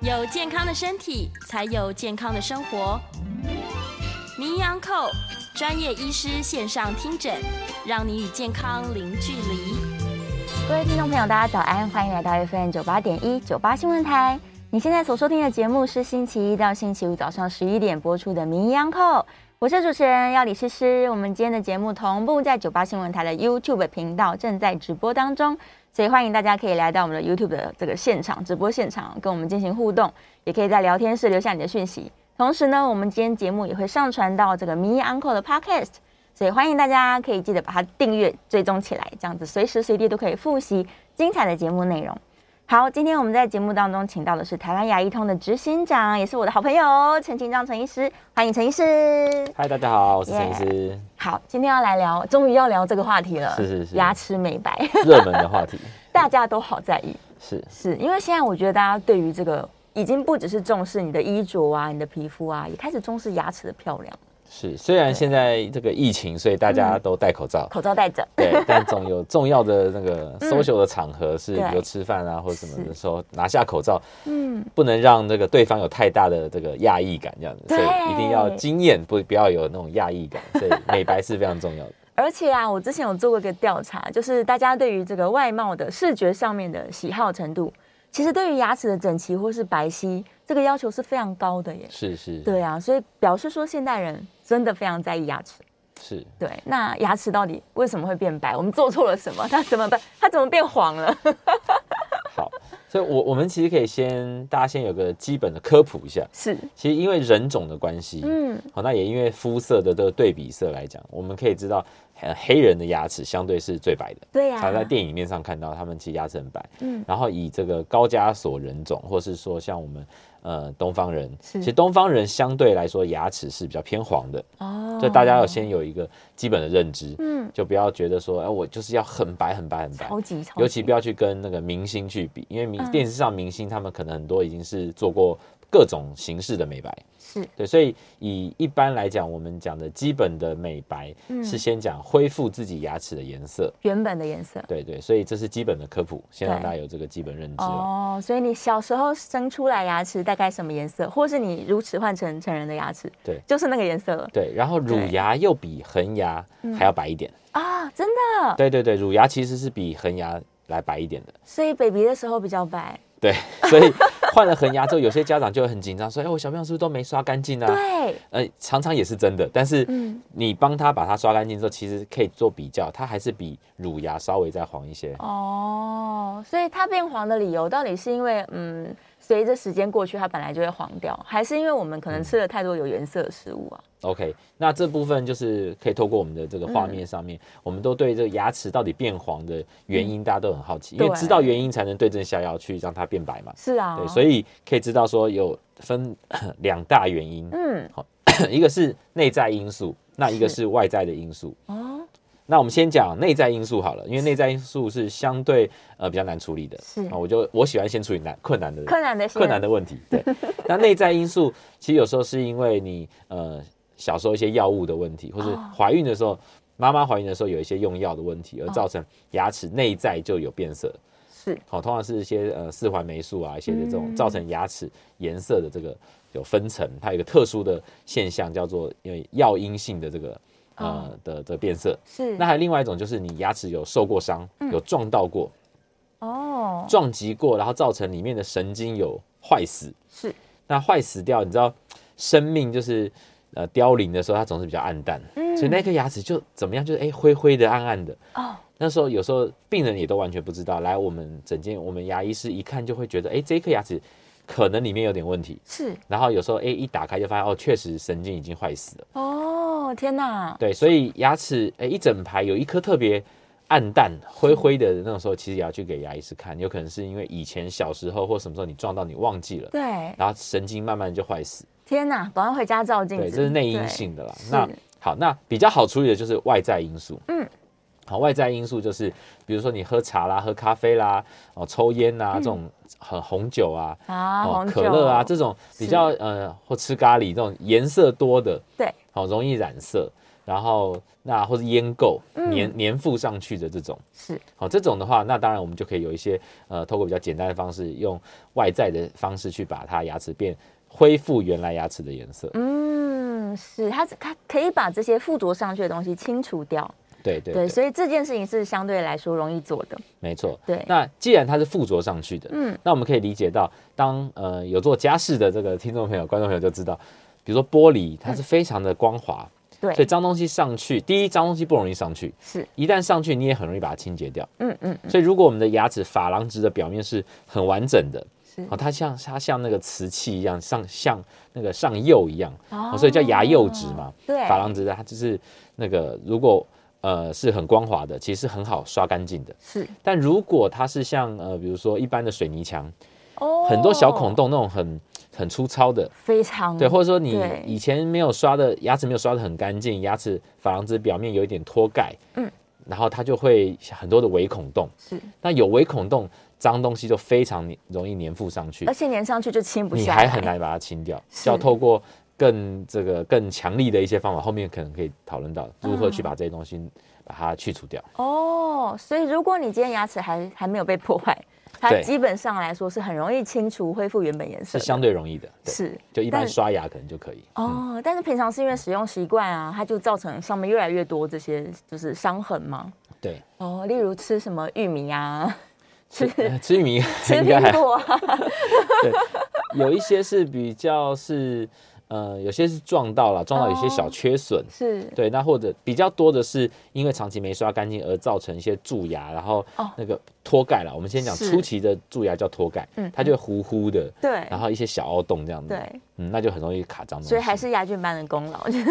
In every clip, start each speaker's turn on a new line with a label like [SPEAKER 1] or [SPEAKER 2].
[SPEAKER 1] 有健康的身体，才有健康的生活。名扬寇专业医师线上听诊，让你与健康零距离。
[SPEAKER 2] 各位听众朋友，大家早安，欢迎来到 FM 九八点一九八新闻台。你现在所收听的节目是星期一到星期五早上十一点播出的《名医 Uncle》，我是主持人要李诗诗。我们今天的节目同步在九八新闻台的 YouTube 频道正在直播当中，所以欢迎大家可以来到我们的 YouTube 的这个现场直播现场，跟我们进行互动，也可以在聊天室留下你的讯息。同时呢，我们今天节目也会上传到这个《名医 Uncle》的 Podcast。所以欢迎大家可以记得把它订阅、追踪起来，这样子随时随地都可以复习精彩的节目内容。好，今天我们在节目当中请到的是台湾牙医通的执行长，也是我的好朋友陈清章陈医师，欢迎陈医师。
[SPEAKER 3] 嗨，大家好，我是陈医师。
[SPEAKER 2] 好，今天要来聊，终于要聊这个话题了，
[SPEAKER 3] 是是是
[SPEAKER 2] 牙齿美白，
[SPEAKER 3] 热门的话题
[SPEAKER 2] 大家都好在意，
[SPEAKER 3] 是
[SPEAKER 2] 是因为现在我觉得大家对于这个已经不只是重视你的衣着啊、你的皮肤啊，也开始重视牙齿的漂亮，
[SPEAKER 3] 是，虽然现在这个疫情，所以大
[SPEAKER 2] 嗯
[SPEAKER 3] 家都戴口罩，
[SPEAKER 2] 口罩戴着，
[SPEAKER 3] 对，但总有重要的那个 social 的场合，是
[SPEAKER 2] 嗯对
[SPEAKER 3] 比如吃饭啊或者什么的时候拿下口罩，
[SPEAKER 2] 嗯，
[SPEAKER 3] 不能让这个对方有太大的这个讶异感，这样子，
[SPEAKER 2] 对
[SPEAKER 3] 所以一定要惊艳，不不要有那种讶异感， 所以美白是非常重要的。
[SPEAKER 2] 而且啊，我之前有做过一个调查，就是大家对于这个外貌的视觉上面的喜好程度，其实对于牙齿的整齐或是白皙，这个要求是非常高的耶。
[SPEAKER 3] 是是，
[SPEAKER 2] 对啊，所以表示说现代人真的非常在意牙齿。
[SPEAKER 3] 是。
[SPEAKER 2] 对，那牙齿到底为什么会变白？我们做错了什么？它怎么办？它怎么变黄了？
[SPEAKER 3] 好，所以我我们其实可以先大家先有个基本的科普一下。
[SPEAKER 2] 是，
[SPEAKER 3] 其实因为人种的关系，
[SPEAKER 2] 嗯，
[SPEAKER 3] 好，那也因为肤色的这个对比色来讲，我们可以知道，呃，黑人的牙齿相对是最白的。
[SPEAKER 2] 对呀、
[SPEAKER 3] 常在电影面上看到他们其实牙齿很白，
[SPEAKER 2] 嗯
[SPEAKER 3] 嗯，然后以这个高加索人种，或是说像我们呃东方人，
[SPEAKER 2] 是
[SPEAKER 3] 其实东方人相对来说牙齿是比较偏黄的，
[SPEAKER 2] 哦
[SPEAKER 3] 所以大家要先有一个基本的认知，
[SPEAKER 2] 嗯，
[SPEAKER 3] 就不要觉得说，哎、我就是要很白很白很白，
[SPEAKER 2] 超级超级，
[SPEAKER 3] 尤其不要去跟那个明星去比，因为明
[SPEAKER 2] 嗯
[SPEAKER 3] 电视上明星他们可能很多已经是做过各种形式的美白，
[SPEAKER 2] 是
[SPEAKER 3] 对，所以以一般来讲，我们讲的基本的美白
[SPEAKER 2] 嗯
[SPEAKER 3] 是先讲恢复自己牙齿的颜色，
[SPEAKER 2] 原本的颜色。
[SPEAKER 3] 对对，所以这是基本的科普，先让
[SPEAKER 2] 对
[SPEAKER 3] 大家有这个基本认知了。
[SPEAKER 2] 哦，所以你小时候生出来牙齿大概什么颜色，或是你乳齿换成成人的牙齿，
[SPEAKER 3] 对
[SPEAKER 2] 就是那个颜色了
[SPEAKER 3] 对，然后乳
[SPEAKER 2] 对嗯
[SPEAKER 3] 牙又比恒牙还要白一点，
[SPEAKER 2] 啊，真的。
[SPEAKER 3] 对对对，乳牙其实是比恒牙来白一点的，
[SPEAKER 2] 所以 baby 的时候比较白，
[SPEAKER 3] 对，所以换了恒牙之后，有些家长就会很紧张，说，哎，我小朋友是不是都没刷干净啊？
[SPEAKER 2] 对，
[SPEAKER 3] 呃，常常也是真的，但是
[SPEAKER 2] 嗯
[SPEAKER 3] 你帮他把它刷干净之后，其实可以做比较，它还是比乳牙稍微再黄一些。
[SPEAKER 2] 哦，所以它变黄的理由到底是因为嗯，随着时间过去，它本来就会黄掉，还是因为我们可能吃了太多有颜色的食物啊？
[SPEAKER 3] OK，那这部分就是可以透过我们的这个画面上面，我们都对这个牙齿到底变黄的原因，大家都很好奇，因为
[SPEAKER 2] 嗯对
[SPEAKER 3] 知道原因才能对症下药去让它变白嘛。
[SPEAKER 2] 是啊，
[SPEAKER 3] 对，所
[SPEAKER 2] 以
[SPEAKER 3] 以可以知道说有分 两大原因，
[SPEAKER 2] 嗯，
[SPEAKER 3] 一个是内在因素，那一个
[SPEAKER 2] 是
[SPEAKER 3] 是外在的因素。
[SPEAKER 2] 哦，
[SPEAKER 3] 那我们先讲内在因素好了，因为内在因素是相对呃比较难处理的。
[SPEAKER 2] 是
[SPEAKER 3] 啊我就我喜欢先处理难困难的
[SPEAKER 2] 困难的
[SPEAKER 3] 困难的问题。 对，那内在因素其实有时候是因为你呃小时候一些药物的问题，或是
[SPEAKER 2] 哦
[SPEAKER 3] 怀孕的时候，妈妈怀孕的时候有一些用药的问题，而造成牙齿内在就有变色。
[SPEAKER 2] 是
[SPEAKER 3] 好、通常是一些呃四环霉素啊，一些的这种
[SPEAKER 2] 嗯
[SPEAKER 3] 造成牙齿颜色的这个有分层，它有一个特殊的现象叫做因为药因性的这个呃、
[SPEAKER 2] 哦嗯
[SPEAKER 3] 的的变色。
[SPEAKER 2] 是
[SPEAKER 3] 那还有另外一种就是你牙齿有受过伤，
[SPEAKER 2] 嗯
[SPEAKER 3] 有撞到过，
[SPEAKER 2] 哦，
[SPEAKER 3] 撞击过，然后造成里面的神经有坏死，
[SPEAKER 2] 是
[SPEAKER 3] 那坏死掉，你知道，生命就是呃凋零的时候，它总是比较暗淡，
[SPEAKER 2] 嗯
[SPEAKER 3] 所以那颗牙齿就怎么样，就是哎、灰灰的、暗暗的。
[SPEAKER 2] 哦，
[SPEAKER 3] 那时候有时候病人也都完全不知道，来我们诊间，我们牙医师一看就会觉得，哎、这颗牙齿可能里面有点问题。
[SPEAKER 2] 是
[SPEAKER 3] 然后有时候哎、一打开就发现哦，确实神经已经坏死了。
[SPEAKER 2] 哦，天哪，
[SPEAKER 3] 对，所以牙齿哎、一整排有一颗特别暗淡灰灰的那种时候，其实也要去给牙医师看，有可能是因为以前小时候或什么时候你撞到你忘记了，
[SPEAKER 2] 对，
[SPEAKER 3] 然后神经慢慢就坏死。
[SPEAKER 2] 天哪，保安回家照镜子，
[SPEAKER 3] 对，这是内因
[SPEAKER 2] 对
[SPEAKER 3] 性的啦。
[SPEAKER 2] 是
[SPEAKER 3] 那好，那比较好处理的就是外在因素。
[SPEAKER 2] 嗯，
[SPEAKER 3] 好，外在因素就是比如说你喝茶啦、喝咖啡啦、哦抽烟呐、这种很红酒啊。
[SPEAKER 2] 嗯啊，红酒
[SPEAKER 3] 可乐啊，这种比较呃，或吃咖喱这种颜色多的，
[SPEAKER 2] 对，
[SPEAKER 3] 好、容易染色，然后那或是烟垢
[SPEAKER 2] 嗯
[SPEAKER 3] 粘粘附上去的这种，
[SPEAKER 2] 是
[SPEAKER 3] 好、这种的话，那当然我们就可以有一些呃，透过比较简单的方式，用外在的方式去把它牙齿变恢复原来牙齿的颜色，
[SPEAKER 2] 嗯，是它它可以把这些附着上去的东西清除掉，
[SPEAKER 3] 对对
[SPEAKER 2] 对，所以这件事情是相对来说容易做的，
[SPEAKER 3] 没错，
[SPEAKER 2] 对
[SPEAKER 3] 那既然它是附着上去的，
[SPEAKER 2] 嗯，
[SPEAKER 3] 那我们可以理解到，当呃有做家事的这个听众朋友、观众朋友就知道，比如说玻璃，它是非常的光滑，所以
[SPEAKER 2] 对，
[SPEAKER 3] 脏东西上去，第一脏东西不容易上去，
[SPEAKER 2] 是，
[SPEAKER 3] 一旦上去你也很容易把它清洁掉。
[SPEAKER 2] 嗯嗯，
[SPEAKER 3] 所以如果我们的牙齿珐琅质的表面是很完整的，
[SPEAKER 2] 是
[SPEAKER 3] 哦，它像它像那个瓷器一样，上像那个上釉一样，
[SPEAKER 2] 哦
[SPEAKER 3] 哦，所以叫牙釉质嘛。
[SPEAKER 2] 对
[SPEAKER 3] 珐琅质它就是那个如果呃是很光滑的，其实很好刷干净的。
[SPEAKER 2] 是
[SPEAKER 3] 但如果它是像呃比如说一般的水泥墙，
[SPEAKER 2] 哦
[SPEAKER 3] 很多小孔，洞那种很很粗糙的，
[SPEAKER 2] 非常
[SPEAKER 3] 对，或者说你
[SPEAKER 2] 哦对
[SPEAKER 3] 以前没有刷的牙齿没有刷的很干净，牙齿珐琅质表面有一点脱钙，
[SPEAKER 2] 嗯，
[SPEAKER 3] 然后它就会很多的微孔洞，
[SPEAKER 2] 是，
[SPEAKER 3] 那有微孔洞，脏东西就非常粘容易粘附上去
[SPEAKER 2] 而，且粘上去就清不
[SPEAKER 3] 你
[SPEAKER 2] 下来，
[SPEAKER 3] 还很难把它清掉，
[SPEAKER 2] 是
[SPEAKER 3] 就要透过更这个更强力的一些方法，后面可能可以讨论到如何去
[SPEAKER 2] 啊
[SPEAKER 3] 把这些东西把它去除掉。
[SPEAKER 2] 哦，所以如果你今天牙齿还还没有被破坏，它
[SPEAKER 3] 对
[SPEAKER 2] 基本上来说是很容易清除、恢复原本颜色
[SPEAKER 3] 是
[SPEAKER 2] 的，
[SPEAKER 3] 相对容易的，对，
[SPEAKER 2] 是
[SPEAKER 3] 就一般
[SPEAKER 2] 但
[SPEAKER 3] 刷牙可能就可以。
[SPEAKER 2] 哦，但是平常是因为使用习惯啊，它就造成上面越来越多这些就是伤痕嘛。
[SPEAKER 3] 对，
[SPEAKER 2] 哦，例如吃什么玉米啊，
[SPEAKER 3] 吃吃玉米
[SPEAKER 2] 吃
[SPEAKER 3] 呃应该还
[SPEAKER 2] 苹果啊，
[SPEAKER 3] 有一些是比较是，呃，有些是撞到了，撞到有些
[SPEAKER 2] 哦
[SPEAKER 3] 小缺损。
[SPEAKER 2] 是
[SPEAKER 3] 对，那或者比较多的是因为长期没刷干净而造成一些蛀牙，然后
[SPEAKER 2] 哦
[SPEAKER 3] 那个脱钙了。我们先讲
[SPEAKER 2] 是
[SPEAKER 3] 初期的蛀牙叫脱钙
[SPEAKER 2] 嗯，
[SPEAKER 3] 它就会糊糊的，
[SPEAKER 2] 对
[SPEAKER 3] 然后一些小凹洞这样子，
[SPEAKER 2] 对，
[SPEAKER 3] 嗯，那就很容易卡脏东西。
[SPEAKER 2] 所以还是牙菌斑的功劳。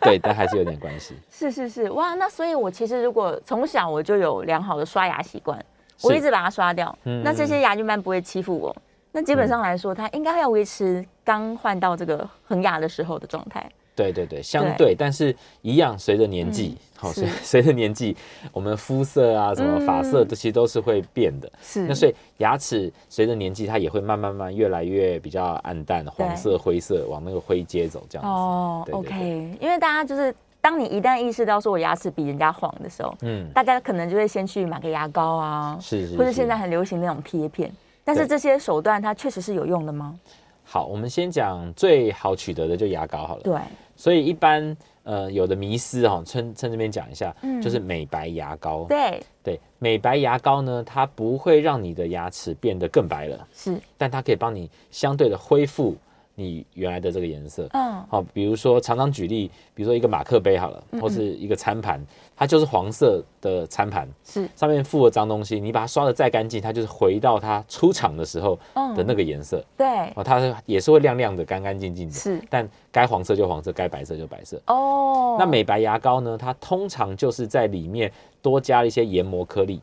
[SPEAKER 3] 对，但还是有点关系。
[SPEAKER 2] 是是是，哇，那所以我其实如果从小我就有良好的刷牙习惯，我
[SPEAKER 3] 是
[SPEAKER 2] 一直把它刷掉，
[SPEAKER 3] 嗯
[SPEAKER 2] 那这些牙菌斑不会欺负我。那基本上来说，它应该要维持刚换到这个恒牙的时候的状态。
[SPEAKER 3] 对对对，相
[SPEAKER 2] 对嗯
[SPEAKER 3] 对，但是一样，随着年纪，好、随
[SPEAKER 2] 是
[SPEAKER 3] 随着年纪，我们肤色啊，什么发色，
[SPEAKER 2] 嗯
[SPEAKER 3] 这些都是会变的。
[SPEAKER 2] 是
[SPEAKER 3] 那所以牙齿随着年纪，它也会慢慢慢越来越比较暗淡，黄色、灰色，往那个灰阶走这样子。
[SPEAKER 2] 哦
[SPEAKER 3] 对对
[SPEAKER 2] o
[SPEAKER 3] 对
[SPEAKER 2] k 因为大家就是当你一旦意识到说我牙齿比人家黄的时候，
[SPEAKER 3] 嗯，
[SPEAKER 2] 大家可能就会先去买个牙膏啊，
[SPEAKER 3] 是是
[SPEAKER 2] 或者
[SPEAKER 3] 是
[SPEAKER 2] 现在很流行那种贴片。但是
[SPEAKER 3] 对
[SPEAKER 2] 这些手段它确实是有用的吗？
[SPEAKER 3] 好，我们先讲最好取得的就牙膏好了。
[SPEAKER 2] 对，
[SPEAKER 3] 所以一般呃有的迷思哈、趁趁这边讲一下，就是美白牙膏。
[SPEAKER 2] 嗯对，
[SPEAKER 3] 对，美白牙膏呢，它不会让你的牙齿变得更白了，
[SPEAKER 2] 是，
[SPEAKER 3] 但它可以帮你相对的恢复你原来的这个颜色。
[SPEAKER 2] 嗯，
[SPEAKER 3] 好，比如说常常举例，比如说一个马克杯好了，或是一个餐盘，它就是黄色的餐盘，
[SPEAKER 2] 是，
[SPEAKER 3] 上面附了脏东西，你把它刷的再干净，它就是回到它出厂的时候
[SPEAKER 2] 哦
[SPEAKER 3] 的那个颜色，
[SPEAKER 2] 嗯对，
[SPEAKER 3] 哦，它是也是会亮亮的、干干净净的，
[SPEAKER 2] 是，
[SPEAKER 3] 但该黄色就黄色，该白色就白色。
[SPEAKER 2] 哦，
[SPEAKER 3] 那美白牙膏呢，它通常就是在里面多加了一些研磨颗粒，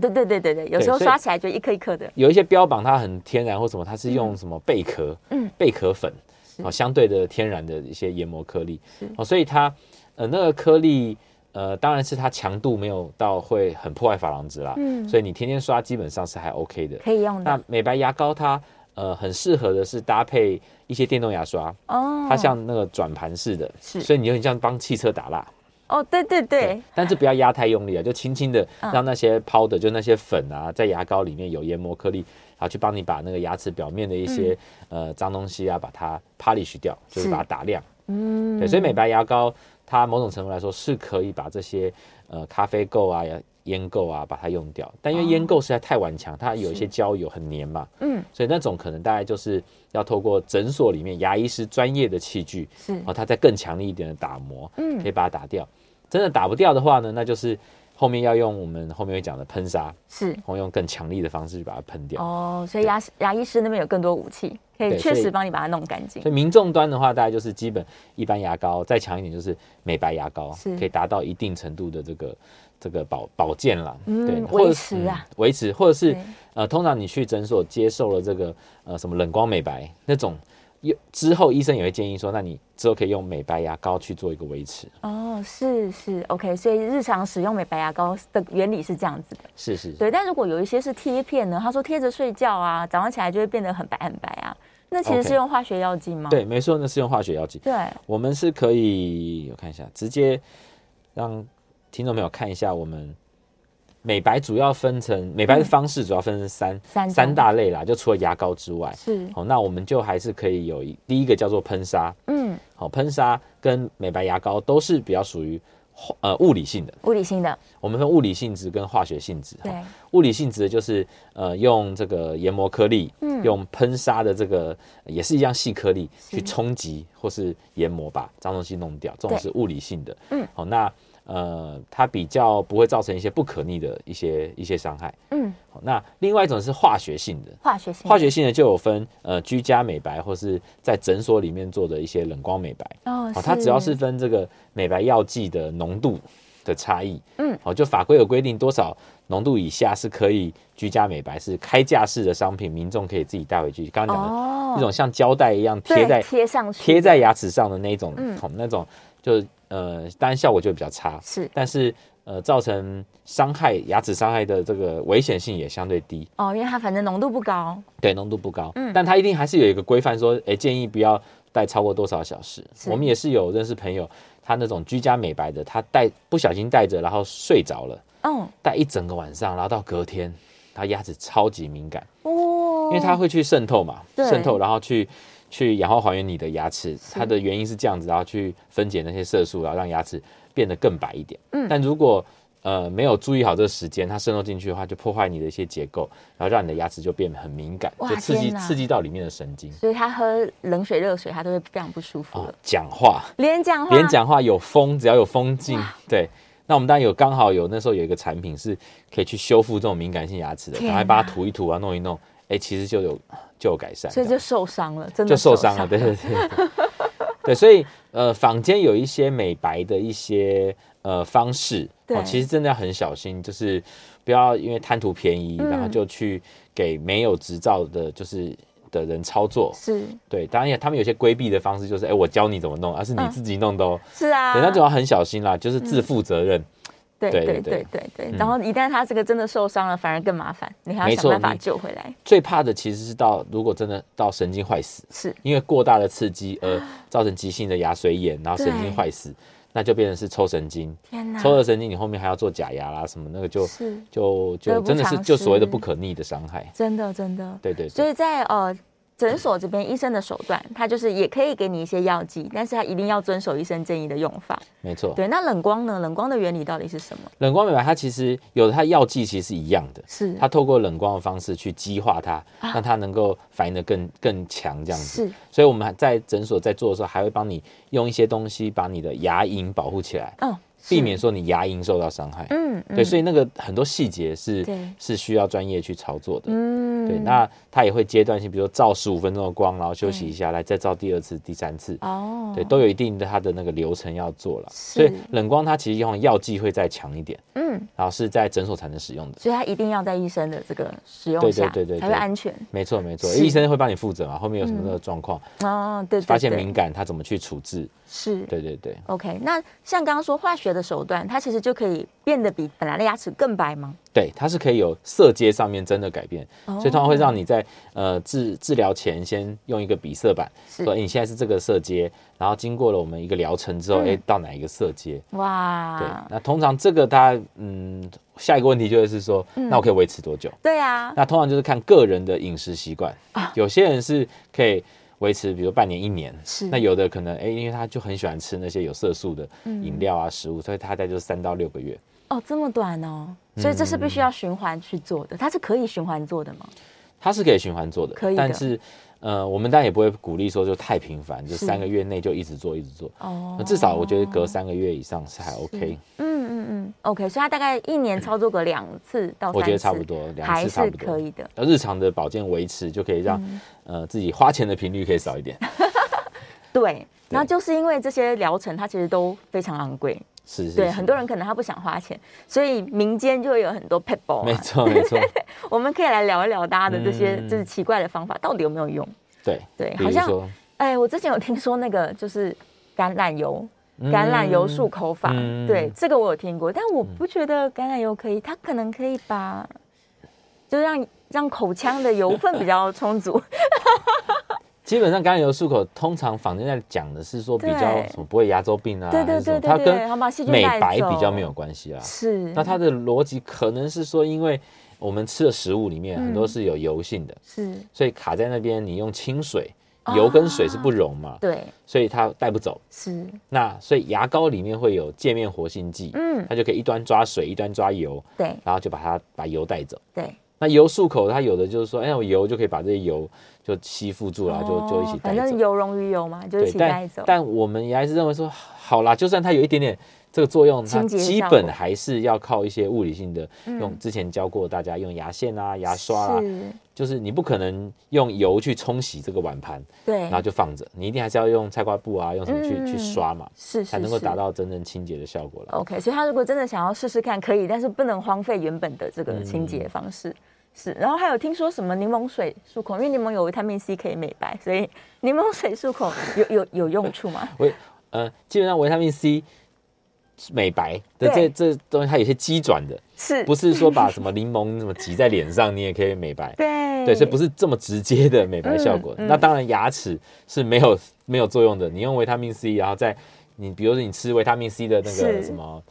[SPEAKER 2] 对对对对对，有时候
[SPEAKER 3] 所以
[SPEAKER 2] 刷起来就一颗一颗的，
[SPEAKER 3] 有一些标榜它很天然或什么，它是用什么贝壳，
[SPEAKER 2] 嗯
[SPEAKER 3] 贝壳粉，
[SPEAKER 2] 是
[SPEAKER 3] 哦，相对的天然的一些研磨颗粒
[SPEAKER 2] 是，
[SPEAKER 3] 哦，所以它呃那个颗粒呃当然是它强度没有到会很破坏珐琅质啦，
[SPEAKER 2] 嗯
[SPEAKER 3] 所以你天天刷基本上是还 OK 的。
[SPEAKER 2] 可以用
[SPEAKER 3] 那
[SPEAKER 2] 的。
[SPEAKER 3] 美白牙膏它呃很适合的是搭配一些电动牙刷，
[SPEAKER 2] 哦
[SPEAKER 3] 它像那个转盘式的，
[SPEAKER 2] 是
[SPEAKER 3] 所以你有点像帮汽车打蜡，
[SPEAKER 2] 哦，对对对，，
[SPEAKER 3] 但是不要压太用力啊，就轻轻的
[SPEAKER 2] 嗯
[SPEAKER 3] 让那些抛的，就那些粉啊，在牙膏里面有研磨颗粒，然后去帮你把那个牙齿表面的一些、呃脏东西啊，把它 polish 掉，就
[SPEAKER 2] 嗯
[SPEAKER 3] 是
[SPEAKER 2] 是
[SPEAKER 3] 把它打亮。
[SPEAKER 2] 嗯，
[SPEAKER 3] 对，所以美白牙膏它某种程度来说是可以把这些呃咖啡垢啊、烟垢啊把它用掉，但
[SPEAKER 2] 哦
[SPEAKER 3] 因为烟垢实在太顽强，它有一些胶油很黏嘛，
[SPEAKER 2] 嗯
[SPEAKER 3] 所以那种可能大概就是要透过诊所里面牙医师专业的器具，
[SPEAKER 2] 是
[SPEAKER 3] 然后它再更强力一点的打磨，
[SPEAKER 2] 嗯
[SPEAKER 3] 可以把它打掉。真的打不掉的话呢，那就是后面要用我们后面会讲的喷砂，
[SPEAKER 2] 是
[SPEAKER 3] 然后用更强力的方式去把它喷掉。
[SPEAKER 2] 哦，所以牙牙医师那边有更多武器，可以
[SPEAKER 3] 对
[SPEAKER 2] 确
[SPEAKER 3] 所以
[SPEAKER 2] 实帮你把它弄干净
[SPEAKER 3] 所。以民众端的话，大概就是基本一般牙膏，再强一点就是美白牙膏
[SPEAKER 2] 是，
[SPEAKER 3] 可以达到一定程度的这个这个保保健啦，
[SPEAKER 2] 嗯
[SPEAKER 3] 对，
[SPEAKER 2] 维
[SPEAKER 3] 或者
[SPEAKER 2] 持啊
[SPEAKER 3] 嗯维持，或者是
[SPEAKER 2] 对
[SPEAKER 3] 呃，通常你去诊所接受了这个呃什么冷光美白那种，又之后医生也会建议说，那你之后可以用美白牙膏去做一个维持，
[SPEAKER 2] 哦，是是，OK，所以日常使用美白牙膏的原理是这样子的，
[SPEAKER 3] 是是，
[SPEAKER 2] 对。但如果有一些是贴片呢，他说贴着睡觉啊，早上起来就会变得很白很白啊，那其实
[SPEAKER 3] OK
[SPEAKER 2] 是用化学药剂吗？
[SPEAKER 3] 对，没错，那是用化学药剂，
[SPEAKER 2] 对，
[SPEAKER 3] 我们是可以，我看一下，直接让听众朋友看一下我们美白主要分成美白的方式主要分成三、
[SPEAKER 2] 三种
[SPEAKER 3] 大类啦，就除了牙膏之外，
[SPEAKER 2] 是，
[SPEAKER 3] 好、那我们就还是可以有一第一个叫做喷砂，
[SPEAKER 2] 嗯，
[SPEAKER 3] 好、喷砂跟美白牙膏都是比较属于化呃物理性的，
[SPEAKER 2] 物理性的，
[SPEAKER 3] 我们分物理性质跟化学性质，
[SPEAKER 2] 对，
[SPEAKER 3] 物理性质的就是呃用这个研磨颗粒，
[SPEAKER 2] 嗯
[SPEAKER 3] 用喷砂的这个呃也是一样细颗粒去冲击或是研磨把脏东西弄掉，这种
[SPEAKER 2] 对
[SPEAKER 3] 是物理性的。
[SPEAKER 2] 嗯，
[SPEAKER 3] 好、那呃它比较不会造成一些不可逆的一些一些伤害。
[SPEAKER 2] 嗯，
[SPEAKER 3] 好、那另外一种是化学性的。
[SPEAKER 2] 化学性，
[SPEAKER 3] 化学性的就有分，呃，居家美白或是在诊所里面做的一些冷光美白，
[SPEAKER 2] 哦
[SPEAKER 3] 好、它只要是分这个美白药剂的浓度的差异，哦
[SPEAKER 2] 嗯，
[SPEAKER 3] 好、就法规有规定多少浓度以下是可以居家美白，是开架式的商品，民众可以自己带回去。刚刚讲的
[SPEAKER 2] 哦
[SPEAKER 3] 那种像胶带一样贴
[SPEAKER 2] 对
[SPEAKER 3] 在
[SPEAKER 2] 贴上去，
[SPEAKER 3] 贴在牙齿上的那一种，
[SPEAKER 2] 嗯
[SPEAKER 3] 好、那种就呃，当然效果就会比较差，
[SPEAKER 2] 是
[SPEAKER 3] 但是呃，造成伤害牙齿伤害的这个危险性也相对低，
[SPEAKER 2] 哦，因为它反正浓度不高，
[SPEAKER 3] 对，浓度不高，
[SPEAKER 2] 嗯
[SPEAKER 3] 但它一定还是有一个规范说，诶，建议不要戴超过多少小时。
[SPEAKER 2] 是
[SPEAKER 3] 我们也是有认识朋友，他那种居家美白的，他戴不小心戴着，然后睡着了，
[SPEAKER 2] 嗯，
[SPEAKER 3] 戴一整个晚上，然后到隔天，他牙齿超级敏感，
[SPEAKER 2] 哦，
[SPEAKER 3] 因为它会去渗透嘛，
[SPEAKER 2] 对
[SPEAKER 3] 渗透，然后去去氧化还原你的牙齿，
[SPEAKER 2] 是
[SPEAKER 3] 它的原因是这样子，然后去分解那些色素，然后让牙齿变得更白一点。
[SPEAKER 2] 嗯
[SPEAKER 3] 但如果呃没有注意好这个时间，它渗透进去的话，就破坏你的一些结构，然后让你的牙齿就变得很敏感，
[SPEAKER 2] 哇
[SPEAKER 3] 就刺激
[SPEAKER 2] 天哪
[SPEAKER 3] 刺激到里面的神经。
[SPEAKER 2] 所以他喝冷水、热水，他都会非常不舒服
[SPEAKER 3] 哦
[SPEAKER 2] 了，，
[SPEAKER 3] 讲话
[SPEAKER 2] 连讲话，
[SPEAKER 3] 连讲话有风，只要有风镜，对。那我们当然有刚好有那时候有一个产品是可以去修复这种敏感性牙齿的，
[SPEAKER 2] 天
[SPEAKER 3] 赶
[SPEAKER 2] 哪
[SPEAKER 3] 快把它涂一涂啊，弄一弄，哎、其实就有就有改善。
[SPEAKER 2] 所以
[SPEAKER 3] 这
[SPEAKER 2] 就
[SPEAKER 3] 样
[SPEAKER 2] 受伤了，真的
[SPEAKER 3] 就受伤了，对对对对对，所以呃，坊间有一些美白的一些呃方式，
[SPEAKER 2] 对
[SPEAKER 3] 其实真的要很小心，就是不要因为贪图便宜，然后
[SPEAKER 2] 嗯
[SPEAKER 3] 就去给没有执照的，就是的人操作。
[SPEAKER 2] 是
[SPEAKER 3] 对，当然也他们有些规避的方式，就是哎、我教你怎么弄，而、是你
[SPEAKER 2] 嗯
[SPEAKER 3] 自己弄的哦。
[SPEAKER 2] 是啊，嗯
[SPEAKER 3] 对，那就要很小心啦，就是自负责任。
[SPEAKER 2] 对
[SPEAKER 3] 对
[SPEAKER 2] 对对
[SPEAKER 3] 对对
[SPEAKER 2] 对对，
[SPEAKER 3] 嗯
[SPEAKER 2] 然后一旦他这个真的受伤了，反而更麻烦，你还要
[SPEAKER 3] 没
[SPEAKER 2] 想
[SPEAKER 3] 错
[SPEAKER 2] 办法
[SPEAKER 3] 你
[SPEAKER 2] 救回来。
[SPEAKER 3] 最怕的其实是到如果真的到神经坏死，
[SPEAKER 2] 是
[SPEAKER 3] 因为过大的刺激而造成急性的牙髓炎，然后神
[SPEAKER 2] 对
[SPEAKER 3] 经坏死，那就变成是抽神经。
[SPEAKER 2] 天哪，
[SPEAKER 3] 抽了神经，你后面还要做假牙啦什么，那个就是就
[SPEAKER 2] 得
[SPEAKER 3] 就
[SPEAKER 2] 不
[SPEAKER 3] 真的是
[SPEAKER 2] 偿
[SPEAKER 3] 就所谓的
[SPEAKER 2] 失
[SPEAKER 3] 不可逆的伤害。
[SPEAKER 2] 真的真的。
[SPEAKER 3] 对对
[SPEAKER 2] 所
[SPEAKER 3] 对，
[SPEAKER 2] 以在呃诊所这边，医生的手段，他就是也可以给你一些药剂，但是他一定要遵守医生建议的用法。
[SPEAKER 3] 没错。
[SPEAKER 2] 对，那冷光呢？冷光的原理到底是什么？
[SPEAKER 3] 冷光美白它其实有的它药剂其实是一样的，
[SPEAKER 2] 是啊
[SPEAKER 3] 它透过冷光的方式去激化它，让它能够反应的更更强这样子。
[SPEAKER 2] 是
[SPEAKER 3] 所以我们还在诊所在做的时候，还会帮你用一些东西把你的牙龈保护起来，
[SPEAKER 2] 嗯，是
[SPEAKER 3] 避免说你牙龈受到伤害。
[SPEAKER 2] 嗯
[SPEAKER 3] 对，所
[SPEAKER 2] 以
[SPEAKER 3] 以那个很多细节是
[SPEAKER 2] 对
[SPEAKER 3] 是需要专业去操作的。
[SPEAKER 2] 嗯
[SPEAKER 3] 对，那它也会阶段性，比如说照十五分钟的光，然后休息一下，来再照第二次、第三次，
[SPEAKER 2] 嗯哦
[SPEAKER 3] 对，都有一定的它的那个流程要做了。
[SPEAKER 2] 是
[SPEAKER 3] 所以冷光它其实用药剂会再强一点，
[SPEAKER 2] 嗯，
[SPEAKER 3] 然后是在诊所才能使用的。
[SPEAKER 2] 所以他一定要在医生的这个使用
[SPEAKER 3] 对对
[SPEAKER 2] 下，
[SPEAKER 3] 对对
[SPEAKER 2] 才会
[SPEAKER 3] 对
[SPEAKER 2] 安全。
[SPEAKER 3] 没错没错，
[SPEAKER 2] 是
[SPEAKER 3] 医生会帮你负责嘛，后面有什么那个状况，
[SPEAKER 2] 哦，对对对，
[SPEAKER 3] 发现敏感他怎么去处置？
[SPEAKER 2] 是，
[SPEAKER 3] 对对对，
[SPEAKER 2] OK，那像刚刚说化学的手段，它其实就可以变得比本来的牙齿更白吗？
[SPEAKER 3] 对，它是可以有色阶上面真的改变，
[SPEAKER 2] 哦
[SPEAKER 3] 所以通常会让你在呃治治疗前先用一个比色板，
[SPEAKER 2] 是
[SPEAKER 3] 说诶哎你现在是这个色阶，然后经过了我们一个疗程
[SPEAKER 2] 嗯
[SPEAKER 3] 之后，哎、到哪一个色阶？对
[SPEAKER 2] 哇，，
[SPEAKER 3] 那通常这个它嗯，下一个问题就会是说，
[SPEAKER 2] 嗯
[SPEAKER 3] 那我可以维持多久？
[SPEAKER 2] 对啊，
[SPEAKER 3] 那通常就是看个人的饮食习惯，有些人是可以维持，比如半年一年，
[SPEAKER 2] 是
[SPEAKER 3] 那有的可能哎、因为他就很喜欢吃那些有色素的饮料
[SPEAKER 2] 嗯
[SPEAKER 3] 啊、食物，所以他大概就是三到六个月。嗯
[SPEAKER 2] 哦，这么短哦，所以这是必须要循环去做的，它是可以循环做的吗？
[SPEAKER 3] 它是可以循环做的，
[SPEAKER 2] 可以的
[SPEAKER 3] 但是呃，我们当然也不会鼓励说就太频繁，就是三个月内就一直做一直做。
[SPEAKER 2] 哦
[SPEAKER 3] 那至少我觉得隔三个月以上是还 OK，
[SPEAKER 2] 嗯嗯嗯，OK，所以他大概一年操作个两次到三次，
[SPEAKER 3] 我觉得差不多，两
[SPEAKER 2] 还
[SPEAKER 3] 次差
[SPEAKER 2] 是
[SPEAKER 3] 不多
[SPEAKER 2] 可以的。
[SPEAKER 3] 那日常的保健维持就可以让、
[SPEAKER 2] 嗯
[SPEAKER 3] 呃自己花钱的频率可以少一点。
[SPEAKER 2] 对，然后就是因为这些疗程，它其实都非常昂贵，
[SPEAKER 3] 是是是，
[SPEAKER 2] 对，很 多人可能他不想花钱，所以民间就会有很多 p e b b
[SPEAKER 3] 没
[SPEAKER 2] l
[SPEAKER 3] 错没错，
[SPEAKER 2] 我们可以来聊一聊大家的这些
[SPEAKER 3] 嗯
[SPEAKER 2] 就是奇怪的方法到底有没有用？
[SPEAKER 3] 对
[SPEAKER 2] 对
[SPEAKER 3] 比
[SPEAKER 2] 好
[SPEAKER 3] 如
[SPEAKER 2] 像
[SPEAKER 3] 说
[SPEAKER 2] 哎，我之前有听说那个就是橄榄油。橄榄油漱口法，
[SPEAKER 3] 嗯
[SPEAKER 2] 对这个我有听过，但我不觉得橄榄油可以，它可能可以把，就让让口腔的油分比较充 足，
[SPEAKER 3] 基本上橄榄油漱口，通常坊间在讲的是说比较
[SPEAKER 2] 对
[SPEAKER 3] 什么不会牙周病啊，
[SPEAKER 2] 对对
[SPEAKER 3] 还是什
[SPEAKER 2] 对
[SPEAKER 3] 么
[SPEAKER 2] 对
[SPEAKER 3] 它
[SPEAKER 2] 对然后把细
[SPEAKER 3] 跟
[SPEAKER 2] 菌
[SPEAKER 3] 美
[SPEAKER 2] 带
[SPEAKER 3] 白
[SPEAKER 2] 走
[SPEAKER 3] 比较没有关系啊。
[SPEAKER 2] 是，
[SPEAKER 3] 那它的逻辑可能是说，因为我们吃的食物里
[SPEAKER 2] 嗯
[SPEAKER 3] 面很多是有油性的，
[SPEAKER 2] 是
[SPEAKER 3] 所以卡在那边，你用清水，油跟水
[SPEAKER 2] 啊
[SPEAKER 3] 是不溶嘛，
[SPEAKER 2] 对
[SPEAKER 3] 所以它带不走。
[SPEAKER 2] 是，
[SPEAKER 3] 那所以牙膏里面会有界面活性剂，
[SPEAKER 2] 嗯
[SPEAKER 3] 它就可以一端抓水，一端抓油，
[SPEAKER 2] 对
[SPEAKER 3] 然后就把它把油带走。
[SPEAKER 2] 对，
[SPEAKER 3] 那油漱口，它有的就是说，哎，我油就可以把这些油就吸附住了，啊就就一起
[SPEAKER 2] 哦反
[SPEAKER 3] 带走
[SPEAKER 2] 正。油溶于油嘛，就一
[SPEAKER 3] 对，
[SPEAKER 2] 起带
[SPEAKER 3] 但
[SPEAKER 2] 走，
[SPEAKER 3] 但我们也还是认为说，好啦，就算它有一点点这个作用，它
[SPEAKER 2] 清洁
[SPEAKER 3] 基
[SPEAKER 2] 效
[SPEAKER 3] 本
[SPEAKER 2] 果
[SPEAKER 3] 还是要靠一些物理性的，用
[SPEAKER 2] 嗯
[SPEAKER 3] 之前教过大家用牙线啊、牙刷啊，
[SPEAKER 2] 是，
[SPEAKER 3] 就是你不可能用油去冲洗这个碗盘，
[SPEAKER 2] 对
[SPEAKER 3] 然，后就放着，你一定还是要用菜瓜布啊，用什么去
[SPEAKER 2] 嗯
[SPEAKER 3] 去刷嘛，
[SPEAKER 2] 是是
[SPEAKER 3] 才能够
[SPEAKER 2] 是哦
[SPEAKER 3] 达到真正清洁的效果了。
[SPEAKER 2] OK，所以他如果真的想要试试看，可以，但是不能荒废原本的这
[SPEAKER 3] 嗯
[SPEAKER 2] 个清洁方式。是，然后还有听说什么柠檬水漱口，因为柠檬有维他命 C 可以美白，所以 柠檬水漱口有有有用处吗？
[SPEAKER 3] 维呃，基本上维他命 C 美白的这这东西，它有些机转的，
[SPEAKER 2] 是，
[SPEAKER 3] 不
[SPEAKER 2] 是？
[SPEAKER 3] 是说把什么柠檬什么挤在脸上你也可以美白。
[SPEAKER 2] 对，
[SPEAKER 3] 对，所以不是这么直接的美白效果。
[SPEAKER 2] 嗯嗯
[SPEAKER 3] 那当然，牙齿是没有没有作用的。你用维他命 C，然后再你比如说你吃维他命 C 的那
[SPEAKER 2] 是
[SPEAKER 3] 个什么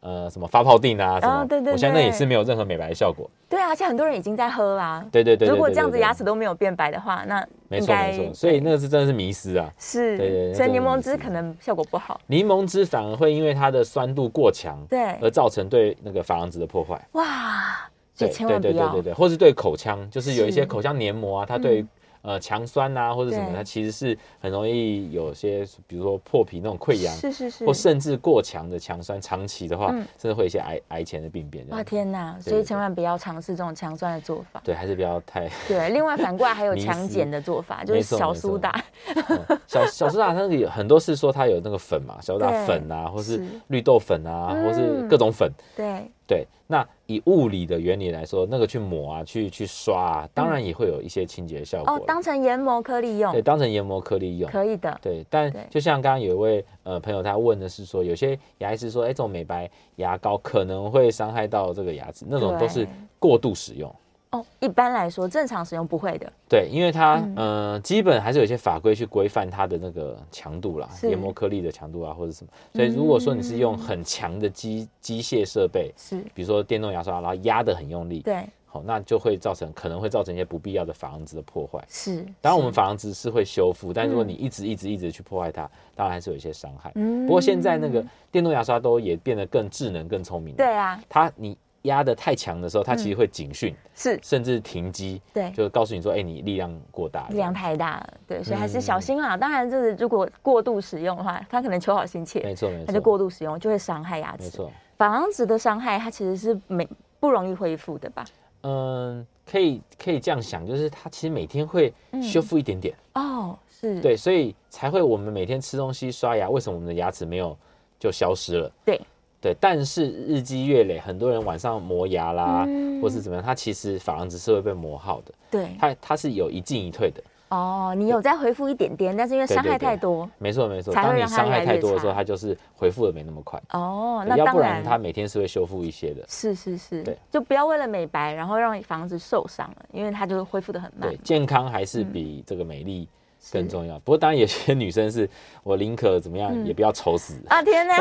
[SPEAKER 3] 呃什么发泡定啊什么，
[SPEAKER 2] 哦对对
[SPEAKER 3] 我相信那
[SPEAKER 2] 对
[SPEAKER 3] 也是没有任何美白效果。
[SPEAKER 2] 对啊，而且很多人已经在喝啦。
[SPEAKER 3] 对对对对对
[SPEAKER 2] 如果这样子
[SPEAKER 3] 对对
[SPEAKER 2] 牙齿都没有变白的话，那
[SPEAKER 3] 没
[SPEAKER 2] 应
[SPEAKER 3] 错
[SPEAKER 2] 该
[SPEAKER 3] 没错，所以那个是真的是迷失啊。
[SPEAKER 2] 是，
[SPEAKER 3] 对对对
[SPEAKER 2] 所以柠檬
[SPEAKER 3] 这
[SPEAKER 2] 汁
[SPEAKER 3] 个
[SPEAKER 2] 可能效果不好。
[SPEAKER 3] 柠檬汁反而会因为它的酸度过强，
[SPEAKER 2] 对，
[SPEAKER 3] 而造成对那个珐琅质的破坏。
[SPEAKER 2] 哇，所
[SPEAKER 3] 对
[SPEAKER 2] 以千
[SPEAKER 3] 对
[SPEAKER 2] 万不
[SPEAKER 3] 对对
[SPEAKER 2] 要
[SPEAKER 3] 对。对，或是对口腔，就是有一些
[SPEAKER 2] 是嗯
[SPEAKER 3] 口腔黏膜啊，它对于、呃强酸呐、或者什么
[SPEAKER 2] 对，
[SPEAKER 3] 它其实是很容易有些，比如说破皮那种溃疡，
[SPEAKER 2] 是是是，
[SPEAKER 3] 或甚至过强的强酸，长期的话，
[SPEAKER 2] 嗯
[SPEAKER 3] 甚至会有一些癌癌前的病变。
[SPEAKER 2] 哇！天哪，
[SPEAKER 3] 对
[SPEAKER 2] 所以
[SPEAKER 3] 对
[SPEAKER 2] 千万不要尝试这种强酸的做法。
[SPEAKER 3] 对，还是不要太。
[SPEAKER 2] 对，另 外反过来还有
[SPEAKER 3] 迷
[SPEAKER 2] 强
[SPEAKER 3] 思
[SPEAKER 2] 碱的做法，就是
[SPEAKER 3] 没错
[SPEAKER 2] 小
[SPEAKER 3] 没错
[SPEAKER 2] 苏 打，
[SPEAKER 3] 嗯小小苏打它那个有很多是说它有那个粉嘛，小苏打
[SPEAKER 2] 对
[SPEAKER 3] 粉啊，或是
[SPEAKER 2] 是
[SPEAKER 3] 绿豆粉啊，
[SPEAKER 2] 嗯
[SPEAKER 3] 或是各种粉。
[SPEAKER 2] 对，
[SPEAKER 3] 对，那以物理的原理来说，那个去抹啊，去去刷啊，当然也会有一些清洁效果
[SPEAKER 2] 嗯哦
[SPEAKER 3] 啦。，
[SPEAKER 2] 当成研磨颗粒
[SPEAKER 3] 对，
[SPEAKER 2] 用，
[SPEAKER 3] 当成研磨颗粒用。
[SPEAKER 2] 可以的，
[SPEAKER 3] 对，但
[SPEAKER 2] 对
[SPEAKER 3] 就像刚刚有一位呃朋友，他问的是说，有些牙医师说，哎、这种美白牙膏可能会伤害到这个牙齿，那种都是
[SPEAKER 2] 对
[SPEAKER 3] 过度使用。
[SPEAKER 2] 哦，一般来说正常使用不会的，
[SPEAKER 3] 对，因为它
[SPEAKER 2] 嗯
[SPEAKER 3] 呃，基本还是有一些法规去规范它的那个强度啦，
[SPEAKER 2] 是嗯
[SPEAKER 3] 研磨颗粒的强度啊，或者什么。所以如果说你是用很强的机机械设备，
[SPEAKER 2] 是
[SPEAKER 3] 比如说电动牙刷，然后压得很用力，
[SPEAKER 2] 对，
[SPEAKER 3] 好、那就会造成可能会造成一些不必要的珐琅质的破坏。
[SPEAKER 2] 是。
[SPEAKER 3] 当然，
[SPEAKER 2] 是
[SPEAKER 3] 我们珐琅质是会修复，但如果
[SPEAKER 2] 嗯
[SPEAKER 3] 你一直一直一直去破坏它，当然还是有一些伤害。
[SPEAKER 2] 嗯
[SPEAKER 3] 不过现在那个电动牙刷都也变得更智能、更聪明。
[SPEAKER 2] 对，嗯啊，
[SPEAKER 3] 它你压的太强的时候，它其实会警讯，
[SPEAKER 2] 是
[SPEAKER 3] 甚至停机，
[SPEAKER 2] 对
[SPEAKER 3] 就告诉你说，哎，你力量过大。
[SPEAKER 2] 力量太大了，对，所以还是
[SPEAKER 3] 嗯
[SPEAKER 2] 小心啦。当然，就是如果过度使用的话，它可能求好心切
[SPEAKER 3] 没，错
[SPEAKER 2] 它
[SPEAKER 3] 没
[SPEAKER 2] 就
[SPEAKER 3] 错，
[SPEAKER 2] 过度使用就会伤害牙
[SPEAKER 3] 没
[SPEAKER 2] 齿。
[SPEAKER 3] 错。
[SPEAKER 2] 珐琅质的伤害，它其实是没不容易恢复的吧？
[SPEAKER 3] 嗯，可以可以这样想，就是它其实每天会
[SPEAKER 2] 嗯
[SPEAKER 3] 修复一点点，
[SPEAKER 2] 哦，是，
[SPEAKER 3] 对，所以才会我们每天吃东西、刷牙，为什么我们的牙齿没有就消失了？
[SPEAKER 2] 对
[SPEAKER 3] 对，但是日积月累，很多人晚上磨牙啦，
[SPEAKER 2] 嗯
[SPEAKER 3] 或是怎么样，它其实珐琅质是会被磨耗的，
[SPEAKER 2] 对，
[SPEAKER 3] 它它是有一进一退的。
[SPEAKER 2] 哦，你有再恢复一点点，但是因为
[SPEAKER 3] 对
[SPEAKER 2] 伤
[SPEAKER 3] 对
[SPEAKER 2] 害
[SPEAKER 3] 对
[SPEAKER 2] 太多，
[SPEAKER 3] 没错没错，
[SPEAKER 2] 才会
[SPEAKER 3] 当你
[SPEAKER 2] 让它
[SPEAKER 3] 伤
[SPEAKER 2] 越来
[SPEAKER 3] 害太
[SPEAKER 2] 越
[SPEAKER 3] 多的时候，
[SPEAKER 2] 差
[SPEAKER 3] 它就是回复的没那么快。
[SPEAKER 2] 哦，
[SPEAKER 3] 对
[SPEAKER 2] 那
[SPEAKER 3] 要
[SPEAKER 2] 当
[SPEAKER 3] 不然
[SPEAKER 2] 然，
[SPEAKER 3] 它每天是会修复一些的。
[SPEAKER 2] 是是是
[SPEAKER 3] 对，
[SPEAKER 2] 就不要为了美白，然后让房子受伤了，因为它就恢复的很慢嗯
[SPEAKER 3] 对，。健康还是比这个美丽更重要。不过当然有些女生是我宁可怎么样，也不要丑死。
[SPEAKER 2] 啊天 呐，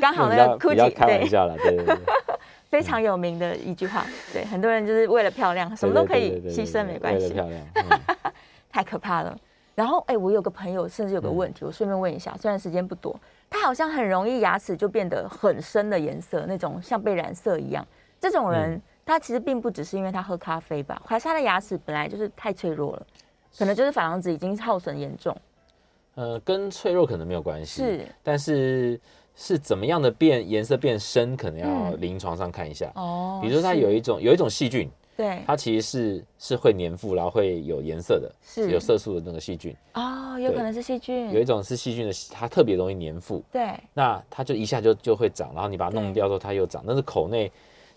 [SPEAKER 2] 刚 好
[SPEAKER 3] 比
[SPEAKER 2] 那
[SPEAKER 3] 较
[SPEAKER 2] 个
[SPEAKER 3] 比较
[SPEAKER 2] Gucci
[SPEAKER 3] 开玩
[SPEAKER 2] 对
[SPEAKER 3] 笑啦，嗯对对对，
[SPEAKER 2] 非常有名的一句话，对很多人就是为了漂亮， 什么都可以
[SPEAKER 3] 对对对对
[SPEAKER 2] 牺牲，
[SPEAKER 3] 对
[SPEAKER 2] 没关
[SPEAKER 3] 为了
[SPEAKER 2] 系，
[SPEAKER 3] 漂亮，嗯
[SPEAKER 2] 太可怕了。然后哎，我有个朋友，甚至有个问题，我顺便问一下，虽然时间不多，他好像很容易牙齿就变得很深的颜色，那种像被染色一样，这种人、他其实并不只是因为他喝咖啡吧，还是他的牙齿本来就是太脆弱了，可能就是珐琅质已经耗损严重。
[SPEAKER 3] 呃，跟脆弱可能没有关系，
[SPEAKER 2] 是，
[SPEAKER 3] 但是是怎么样的变颜色变深，可能要
[SPEAKER 2] 嗯
[SPEAKER 3] 临床上看一下。
[SPEAKER 2] 哦
[SPEAKER 3] 比如说它有一种有一种细菌，
[SPEAKER 2] 对
[SPEAKER 3] 它其实是是会粘附，然后会有颜色的，
[SPEAKER 2] 是
[SPEAKER 3] 有色素的那个细菌。
[SPEAKER 2] 哦，有
[SPEAKER 3] 对
[SPEAKER 2] 可能是细菌，
[SPEAKER 3] 有一种是细菌的，它特别容易粘附，
[SPEAKER 2] 对
[SPEAKER 3] 那它就一下就就会长，然后你把它弄
[SPEAKER 2] 对
[SPEAKER 3] 掉之后它又长，但是口内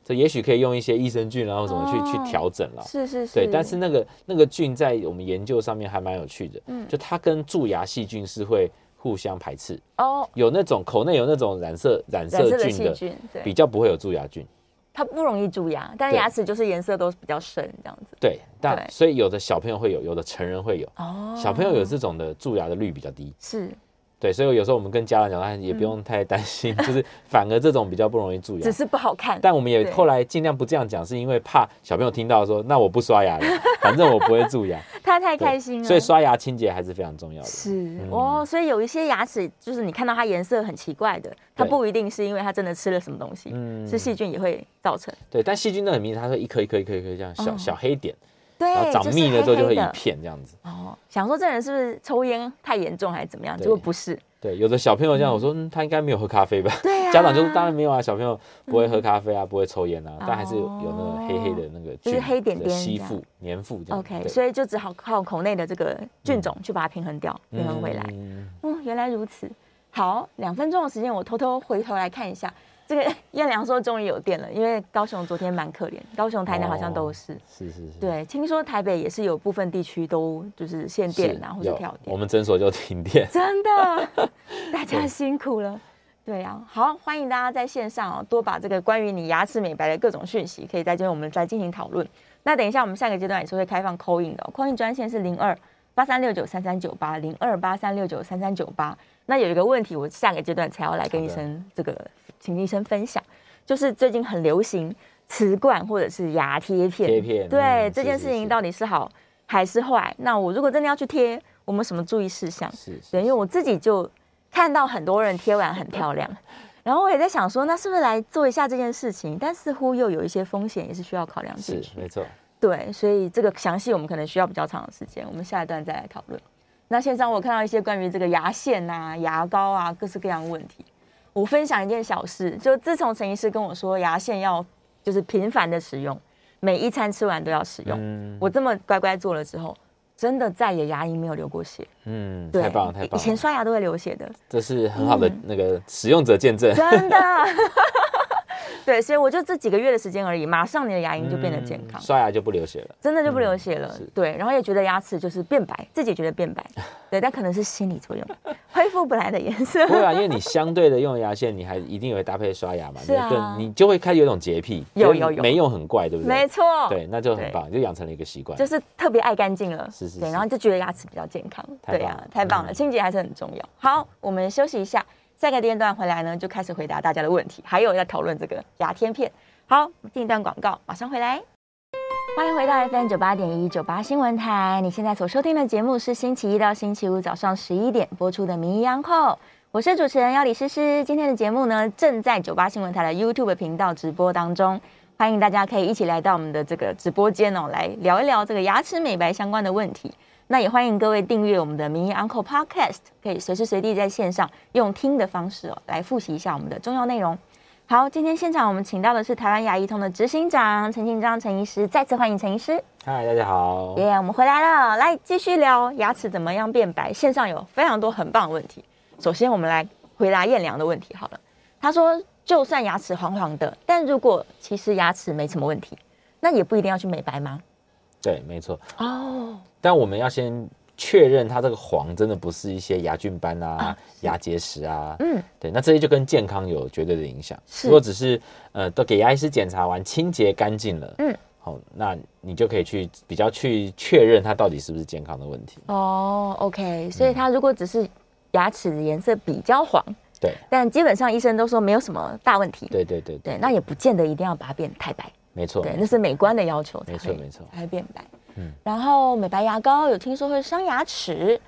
[SPEAKER 3] 这也许可以用一些益生菌，然后怎么去、
[SPEAKER 2] 哦
[SPEAKER 3] 去调整了。
[SPEAKER 2] 是是是，
[SPEAKER 3] 对，但是那个那个菌在我们研究上面还蛮有趣的，
[SPEAKER 2] 嗯
[SPEAKER 3] 就它跟蛀牙细菌是会互相排斥，
[SPEAKER 2] 哦，
[SPEAKER 3] 有那种口内有那种染色染
[SPEAKER 2] 染色
[SPEAKER 3] 色
[SPEAKER 2] 的
[SPEAKER 3] 菌
[SPEAKER 2] 细
[SPEAKER 3] 的，
[SPEAKER 2] 菌，
[SPEAKER 3] 比
[SPEAKER 2] 对，
[SPEAKER 3] 较不会有蛀牙菌。
[SPEAKER 2] 它不容易蛀牙，但是
[SPEAKER 3] 对
[SPEAKER 2] 牙齿就是颜色都比较深这样子。
[SPEAKER 3] 对，但
[SPEAKER 2] 对
[SPEAKER 3] 所以有的小朋友会有，有的成人会有。
[SPEAKER 2] 哦，
[SPEAKER 3] 小朋友有这种的蛀牙的率比较低，
[SPEAKER 2] 是
[SPEAKER 3] 对，所以有时候我们跟家长讲，哎也不用太担心，就是 反而这种比较不容易蛀牙
[SPEAKER 2] 嗯只。是不好看，
[SPEAKER 3] 但我们也
[SPEAKER 2] 对
[SPEAKER 3] 后来尽量不这样讲，是因为怕小朋友听到说，那我不刷 牙了，反正我不会蛀牙，
[SPEAKER 2] 他太
[SPEAKER 3] 对
[SPEAKER 2] 开心了，
[SPEAKER 3] 所以嗯刷牙清洁还是非常重要的。
[SPEAKER 2] 是、哦，所以有一些牙齿就是你看到它颜色很奇怪的，它
[SPEAKER 3] 对
[SPEAKER 2] 不一定是因为它真的吃了什么东西，
[SPEAKER 3] 嗯
[SPEAKER 2] 是细菌也会造成。
[SPEAKER 3] 对，但细菌都很明显，它会一颗一颗一颗一颗这样小、
[SPEAKER 2] 哦
[SPEAKER 3] 小黑点，然
[SPEAKER 2] 对，
[SPEAKER 3] 后长密了之后就
[SPEAKER 2] 就是黑黑
[SPEAKER 3] 会一
[SPEAKER 2] 的
[SPEAKER 3] 片这样子。
[SPEAKER 2] 哦，想说这人是不是抽烟太严重还是怎么样？
[SPEAKER 3] 对
[SPEAKER 2] 结果不是，
[SPEAKER 3] 对，有的小朋友这样，我说、嗯、他应该没有喝咖啡吧？
[SPEAKER 2] 对啊
[SPEAKER 3] 家长就是当然没有啊，小朋友不会喝咖啡啊，不会抽烟啊，但还是有
[SPEAKER 2] 哦
[SPEAKER 3] 有那个黑黑的那个
[SPEAKER 2] 就
[SPEAKER 3] 菌，
[SPEAKER 2] 是黑点点
[SPEAKER 3] 的吸
[SPEAKER 2] 这样
[SPEAKER 3] 附、粘附这样。
[SPEAKER 2] OK，
[SPEAKER 3] 对
[SPEAKER 2] 所以就只好靠口内的这个菌种去把它平衡掉，平衡回来。
[SPEAKER 3] 嗯
[SPEAKER 2] 嗯，原来如此。好，两分钟的时间，我偷偷回头来看一下。这个燕良说终于有电了，因为高雄昨天蛮可怜，高雄、台南好像都是。
[SPEAKER 3] 是是是，
[SPEAKER 2] 对，听说台北也是有部分地区都就是限
[SPEAKER 3] 是，
[SPEAKER 2] 电啊，或者
[SPEAKER 3] 有
[SPEAKER 2] 跳
[SPEAKER 3] 我
[SPEAKER 2] 电，
[SPEAKER 3] 们诊所就停电。
[SPEAKER 2] 真 的，大家辛苦了。对啊，好，欢迎大家在线上哦，多把这个关于你牙齿美白的各种讯息，可以在这边我们再进行讨论。那等一下，我们下个阶段也是会开放扣印的、哦，扣印专线是零二八三六九三三九八零二八三六九三三九八。那有一个问题，我下个阶段才要来跟医
[SPEAKER 3] 好的
[SPEAKER 2] 生这个，请医生分享，就是最近很流行瓷冠或者是牙贴片，
[SPEAKER 3] 贴片
[SPEAKER 2] 对、
[SPEAKER 3] 嗯
[SPEAKER 2] 这
[SPEAKER 3] 是
[SPEAKER 2] 件
[SPEAKER 3] 是
[SPEAKER 2] 事情
[SPEAKER 3] 是
[SPEAKER 2] 到底是好还是坏？那我如果真的要去贴，我们什么注意事项？
[SPEAKER 3] 是，是
[SPEAKER 2] 对，因为我自己就看到很多人贴完很漂亮，然后我也在想说，那是不是来做一下这件事情？但似乎又有一些风险，也是需要考量进
[SPEAKER 3] 是
[SPEAKER 2] 去。
[SPEAKER 3] 没错。
[SPEAKER 2] 对，所以这个详细我们可能需要比较长的时间，我们下一段再来讨论。那线上我看到一些关于这个牙线啊、牙膏啊各式各样的问题。我分享一件小事，就自从陈医师跟我说牙线要就是频繁的使用，每一餐吃完都要使用，
[SPEAKER 3] 嗯
[SPEAKER 2] 我这么乖乖做了之后，真的再也牙龈没有流过血。
[SPEAKER 3] 嗯，
[SPEAKER 2] 对，
[SPEAKER 3] 太棒了，太
[SPEAKER 2] 以
[SPEAKER 3] 棒
[SPEAKER 2] 前嗯
[SPEAKER 3] 了！
[SPEAKER 2] 刷牙都会流血的，
[SPEAKER 3] 这是很好的那个使用者见证。
[SPEAKER 2] 真的。 对，所以我就这几个月的时间而已，马上你的牙龈就变得健康
[SPEAKER 3] 嗯，刷牙就不流血了。
[SPEAKER 2] 真的就不流血了
[SPEAKER 3] 嗯是。
[SPEAKER 2] 对，然后也觉得牙齿就是变白，自己觉得变 白，对，但可能是心理作用，恢复本来的颜色
[SPEAKER 3] 不。会啊，因为你相对的用牙线，你还一定也会搭配刷牙嘛，
[SPEAKER 2] 是啊
[SPEAKER 3] 你就更你就会开始有一种洁癖，
[SPEAKER 2] 有
[SPEAKER 3] 觉得
[SPEAKER 2] 有有
[SPEAKER 3] 没用很怪，对不对？
[SPEAKER 2] 没，错，
[SPEAKER 3] 对，那就很棒，就养成了一个习惯，
[SPEAKER 2] 就是特别爱干净了，
[SPEAKER 3] 是是
[SPEAKER 2] 对，
[SPEAKER 3] 是
[SPEAKER 2] 然后就觉得牙齿比较健康，
[SPEAKER 3] 太棒了
[SPEAKER 2] 对呀、太棒了，
[SPEAKER 3] 嗯
[SPEAKER 2] 清洁还是很重要。好，我们休息一下，下个阶段回来呢，就开始回答大家的问题，还有要讨论这个牙贴片。好，进一段广告，马上回来。欢迎回到 FM 九八点一九八新闻台，你现在所收听的节目是星期一到星期五早上十一点播出的《名医央叩》，我是主持人要李诗诗。今天的节目呢，正在九八新闻台的 YouTube 频道直播当中，欢迎大家可以一起来到我们的这个直播间哦，来聊一聊这个牙齿美白相关的问题。那也欢迎各位订阅我们的《名医 Uncle Podcast》，可以随时随地在线上用听的方式哦，来复习一下我们的重要内容。好，今天现场我们请到的是台湾牙医通的执行长陈庆章陈医师，再次欢迎陈医师。
[SPEAKER 3] 嗨，大家好，
[SPEAKER 2] 耶我们回来了，来继续聊牙齿怎么样变白。线上有非常多很棒的问题，首先我们来回答燕良的问题好了。他说，就算牙齿黄黄的，但如果其实牙齿没什么问题，那也不一定要去美白吗？
[SPEAKER 3] 对，没错。
[SPEAKER 2] 哦，
[SPEAKER 3] 但我们要先确认它这个黄真的不是一些牙菌斑啊、牙结石啊，
[SPEAKER 2] 嗯，
[SPEAKER 3] 对，那这些就跟健康有绝对的影响。
[SPEAKER 2] 是
[SPEAKER 3] 如果只是呃都给牙医师检查完清洁干净了，
[SPEAKER 2] 嗯
[SPEAKER 3] 嗯，好，那你就可以去比较去确认它到底是不是健康的问题。
[SPEAKER 2] 哦，OK，所以
[SPEAKER 3] 嗯
[SPEAKER 2] 他如果只是牙齿的颜色比较黄，
[SPEAKER 3] 对，
[SPEAKER 2] 但基本上医生都说没有什么大问题。
[SPEAKER 3] 对对对
[SPEAKER 2] 对，那也不见得一定要把它变太白。
[SPEAKER 3] 没错，
[SPEAKER 2] 对，那是美观的要求才
[SPEAKER 3] 没错
[SPEAKER 2] 会
[SPEAKER 3] 没错
[SPEAKER 2] 才会变白。
[SPEAKER 3] 嗯
[SPEAKER 2] 然后美白牙膏有听说会伤牙齿，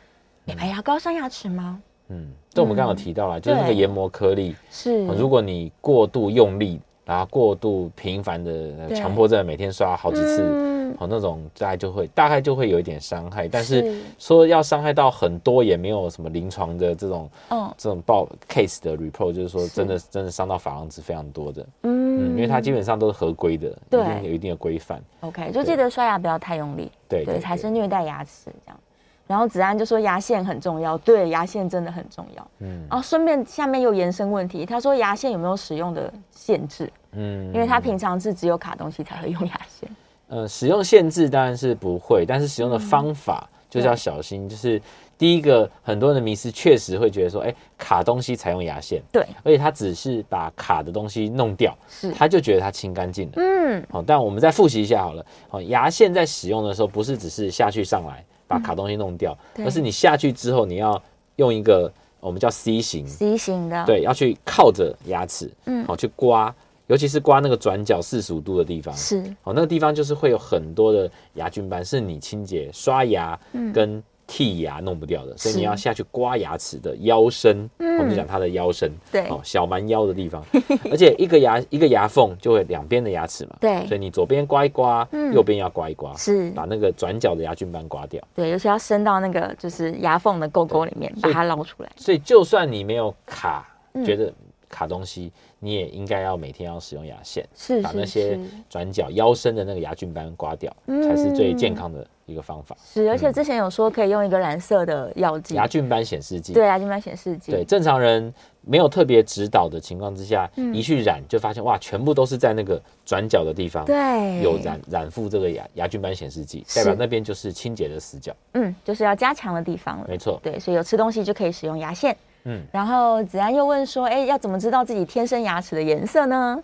[SPEAKER 2] 美白牙膏伤牙齿吗？
[SPEAKER 3] 嗯，这我们刚刚有提到了，就是那个
[SPEAKER 2] 对
[SPEAKER 3] 研磨颗粒，
[SPEAKER 2] 是
[SPEAKER 3] 如果你过度用力然后过度频繁的
[SPEAKER 2] 对
[SPEAKER 3] 强迫症，每天刷好几次，
[SPEAKER 2] 嗯
[SPEAKER 3] 哦，那种大概就会大概就会有一点伤害，但
[SPEAKER 2] 是
[SPEAKER 3] 是说要伤害到很多也没有什么临床的这种
[SPEAKER 2] 嗯
[SPEAKER 3] 这种报 case 的 report，就是说
[SPEAKER 2] 是
[SPEAKER 3] 真的真的伤到珐琅质非常多的，
[SPEAKER 2] 嗯
[SPEAKER 3] 嗯，因为它基本上都是合规的，一
[SPEAKER 2] 对
[SPEAKER 3] 定有一定的规范，
[SPEAKER 2] OK，就记得刷牙不要太用力，
[SPEAKER 3] 对对
[SPEAKER 2] 才是
[SPEAKER 3] 对
[SPEAKER 2] 虐待牙齿这样。然后子安就说牙线很重要，对，牙线真的很重要。
[SPEAKER 3] 嗯
[SPEAKER 2] 然后顺便下面又延伸问题，他说牙线有没有使用的限制？
[SPEAKER 3] 嗯
[SPEAKER 2] 因为他平常是只有卡东西才会用牙线。
[SPEAKER 3] 呃，使用限制当然是不会，但是使
[SPEAKER 2] 嗯
[SPEAKER 3] 用的方法就是要小心。就是第一个，很多人的迷思确实会觉得说，哎、卡东西才用牙线，
[SPEAKER 2] 对，
[SPEAKER 3] 而且他只是把卡的东西弄掉，
[SPEAKER 2] 是，
[SPEAKER 3] 他就觉得他清干净了。
[SPEAKER 2] 嗯，
[SPEAKER 3] 好、但我们再复习一下好了。好、牙线在使用的时候，不是只是下去上来把卡东西弄掉，
[SPEAKER 2] 嗯对
[SPEAKER 3] 而是你下去之后，你要用一个我们叫 C 型，
[SPEAKER 2] C 型的，，
[SPEAKER 3] 对，要去靠着牙齿，
[SPEAKER 2] 嗯
[SPEAKER 3] 好、去刮，尤其是刮那个转角四十五度的地方，
[SPEAKER 2] 是，
[SPEAKER 3] 哦，那个地方就是会有很多的牙菌斑，是你清洁刷牙跟剔牙弄不掉的，所
[SPEAKER 2] 嗯
[SPEAKER 3] 以
[SPEAKER 2] 是嗯
[SPEAKER 3] 你要下去刮牙齿的腰身，我们就讲它的腰身，
[SPEAKER 2] 对
[SPEAKER 3] 哦，小蛮腰的地方，而且一个牙一个牙缝就会两边的牙齿嘛，
[SPEAKER 2] 对
[SPEAKER 3] 所以你左边刮一刮，
[SPEAKER 2] 嗯
[SPEAKER 3] 右边要刮一刮，
[SPEAKER 2] 是，
[SPEAKER 3] 把那个转角的牙菌斑刮掉。
[SPEAKER 2] 对，就是要伸到那个就是牙缝的沟沟里面，把
[SPEAKER 3] 所以
[SPEAKER 2] 它捞出来。
[SPEAKER 3] 所以就算你没有卡，
[SPEAKER 2] 嗯
[SPEAKER 3] 觉得卡东西，你也应该要每天要使用牙线，
[SPEAKER 2] 是
[SPEAKER 3] 把那
[SPEAKER 2] 是
[SPEAKER 3] 些
[SPEAKER 2] 是嗯
[SPEAKER 3] 转角腰身的那个牙菌斑刮掉，才是最健康的一个方法。
[SPEAKER 2] 是，而且之前有说可以用一个蓝色的药剂，
[SPEAKER 3] 嗯牙菌斑显示剂。
[SPEAKER 2] 对牙菌斑显示剂，
[SPEAKER 3] 对正常人没有特别指导的情况之下，
[SPEAKER 2] 嗯
[SPEAKER 3] 一去染就发现哇，全部都是在那个转角的地方，
[SPEAKER 2] 对，
[SPEAKER 3] 有染染附这个牙牙菌斑显示剂，
[SPEAKER 2] 是
[SPEAKER 3] 代表那边就是清洁的死角。
[SPEAKER 2] 嗯，就是要加强的地方了
[SPEAKER 3] 没。错，
[SPEAKER 2] 对，所以有吃东西就可以使用牙线。
[SPEAKER 3] 嗯
[SPEAKER 2] 然后子安又问说，哎，要怎么知道自己天生牙齿的颜色 呢？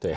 [SPEAKER 3] 对，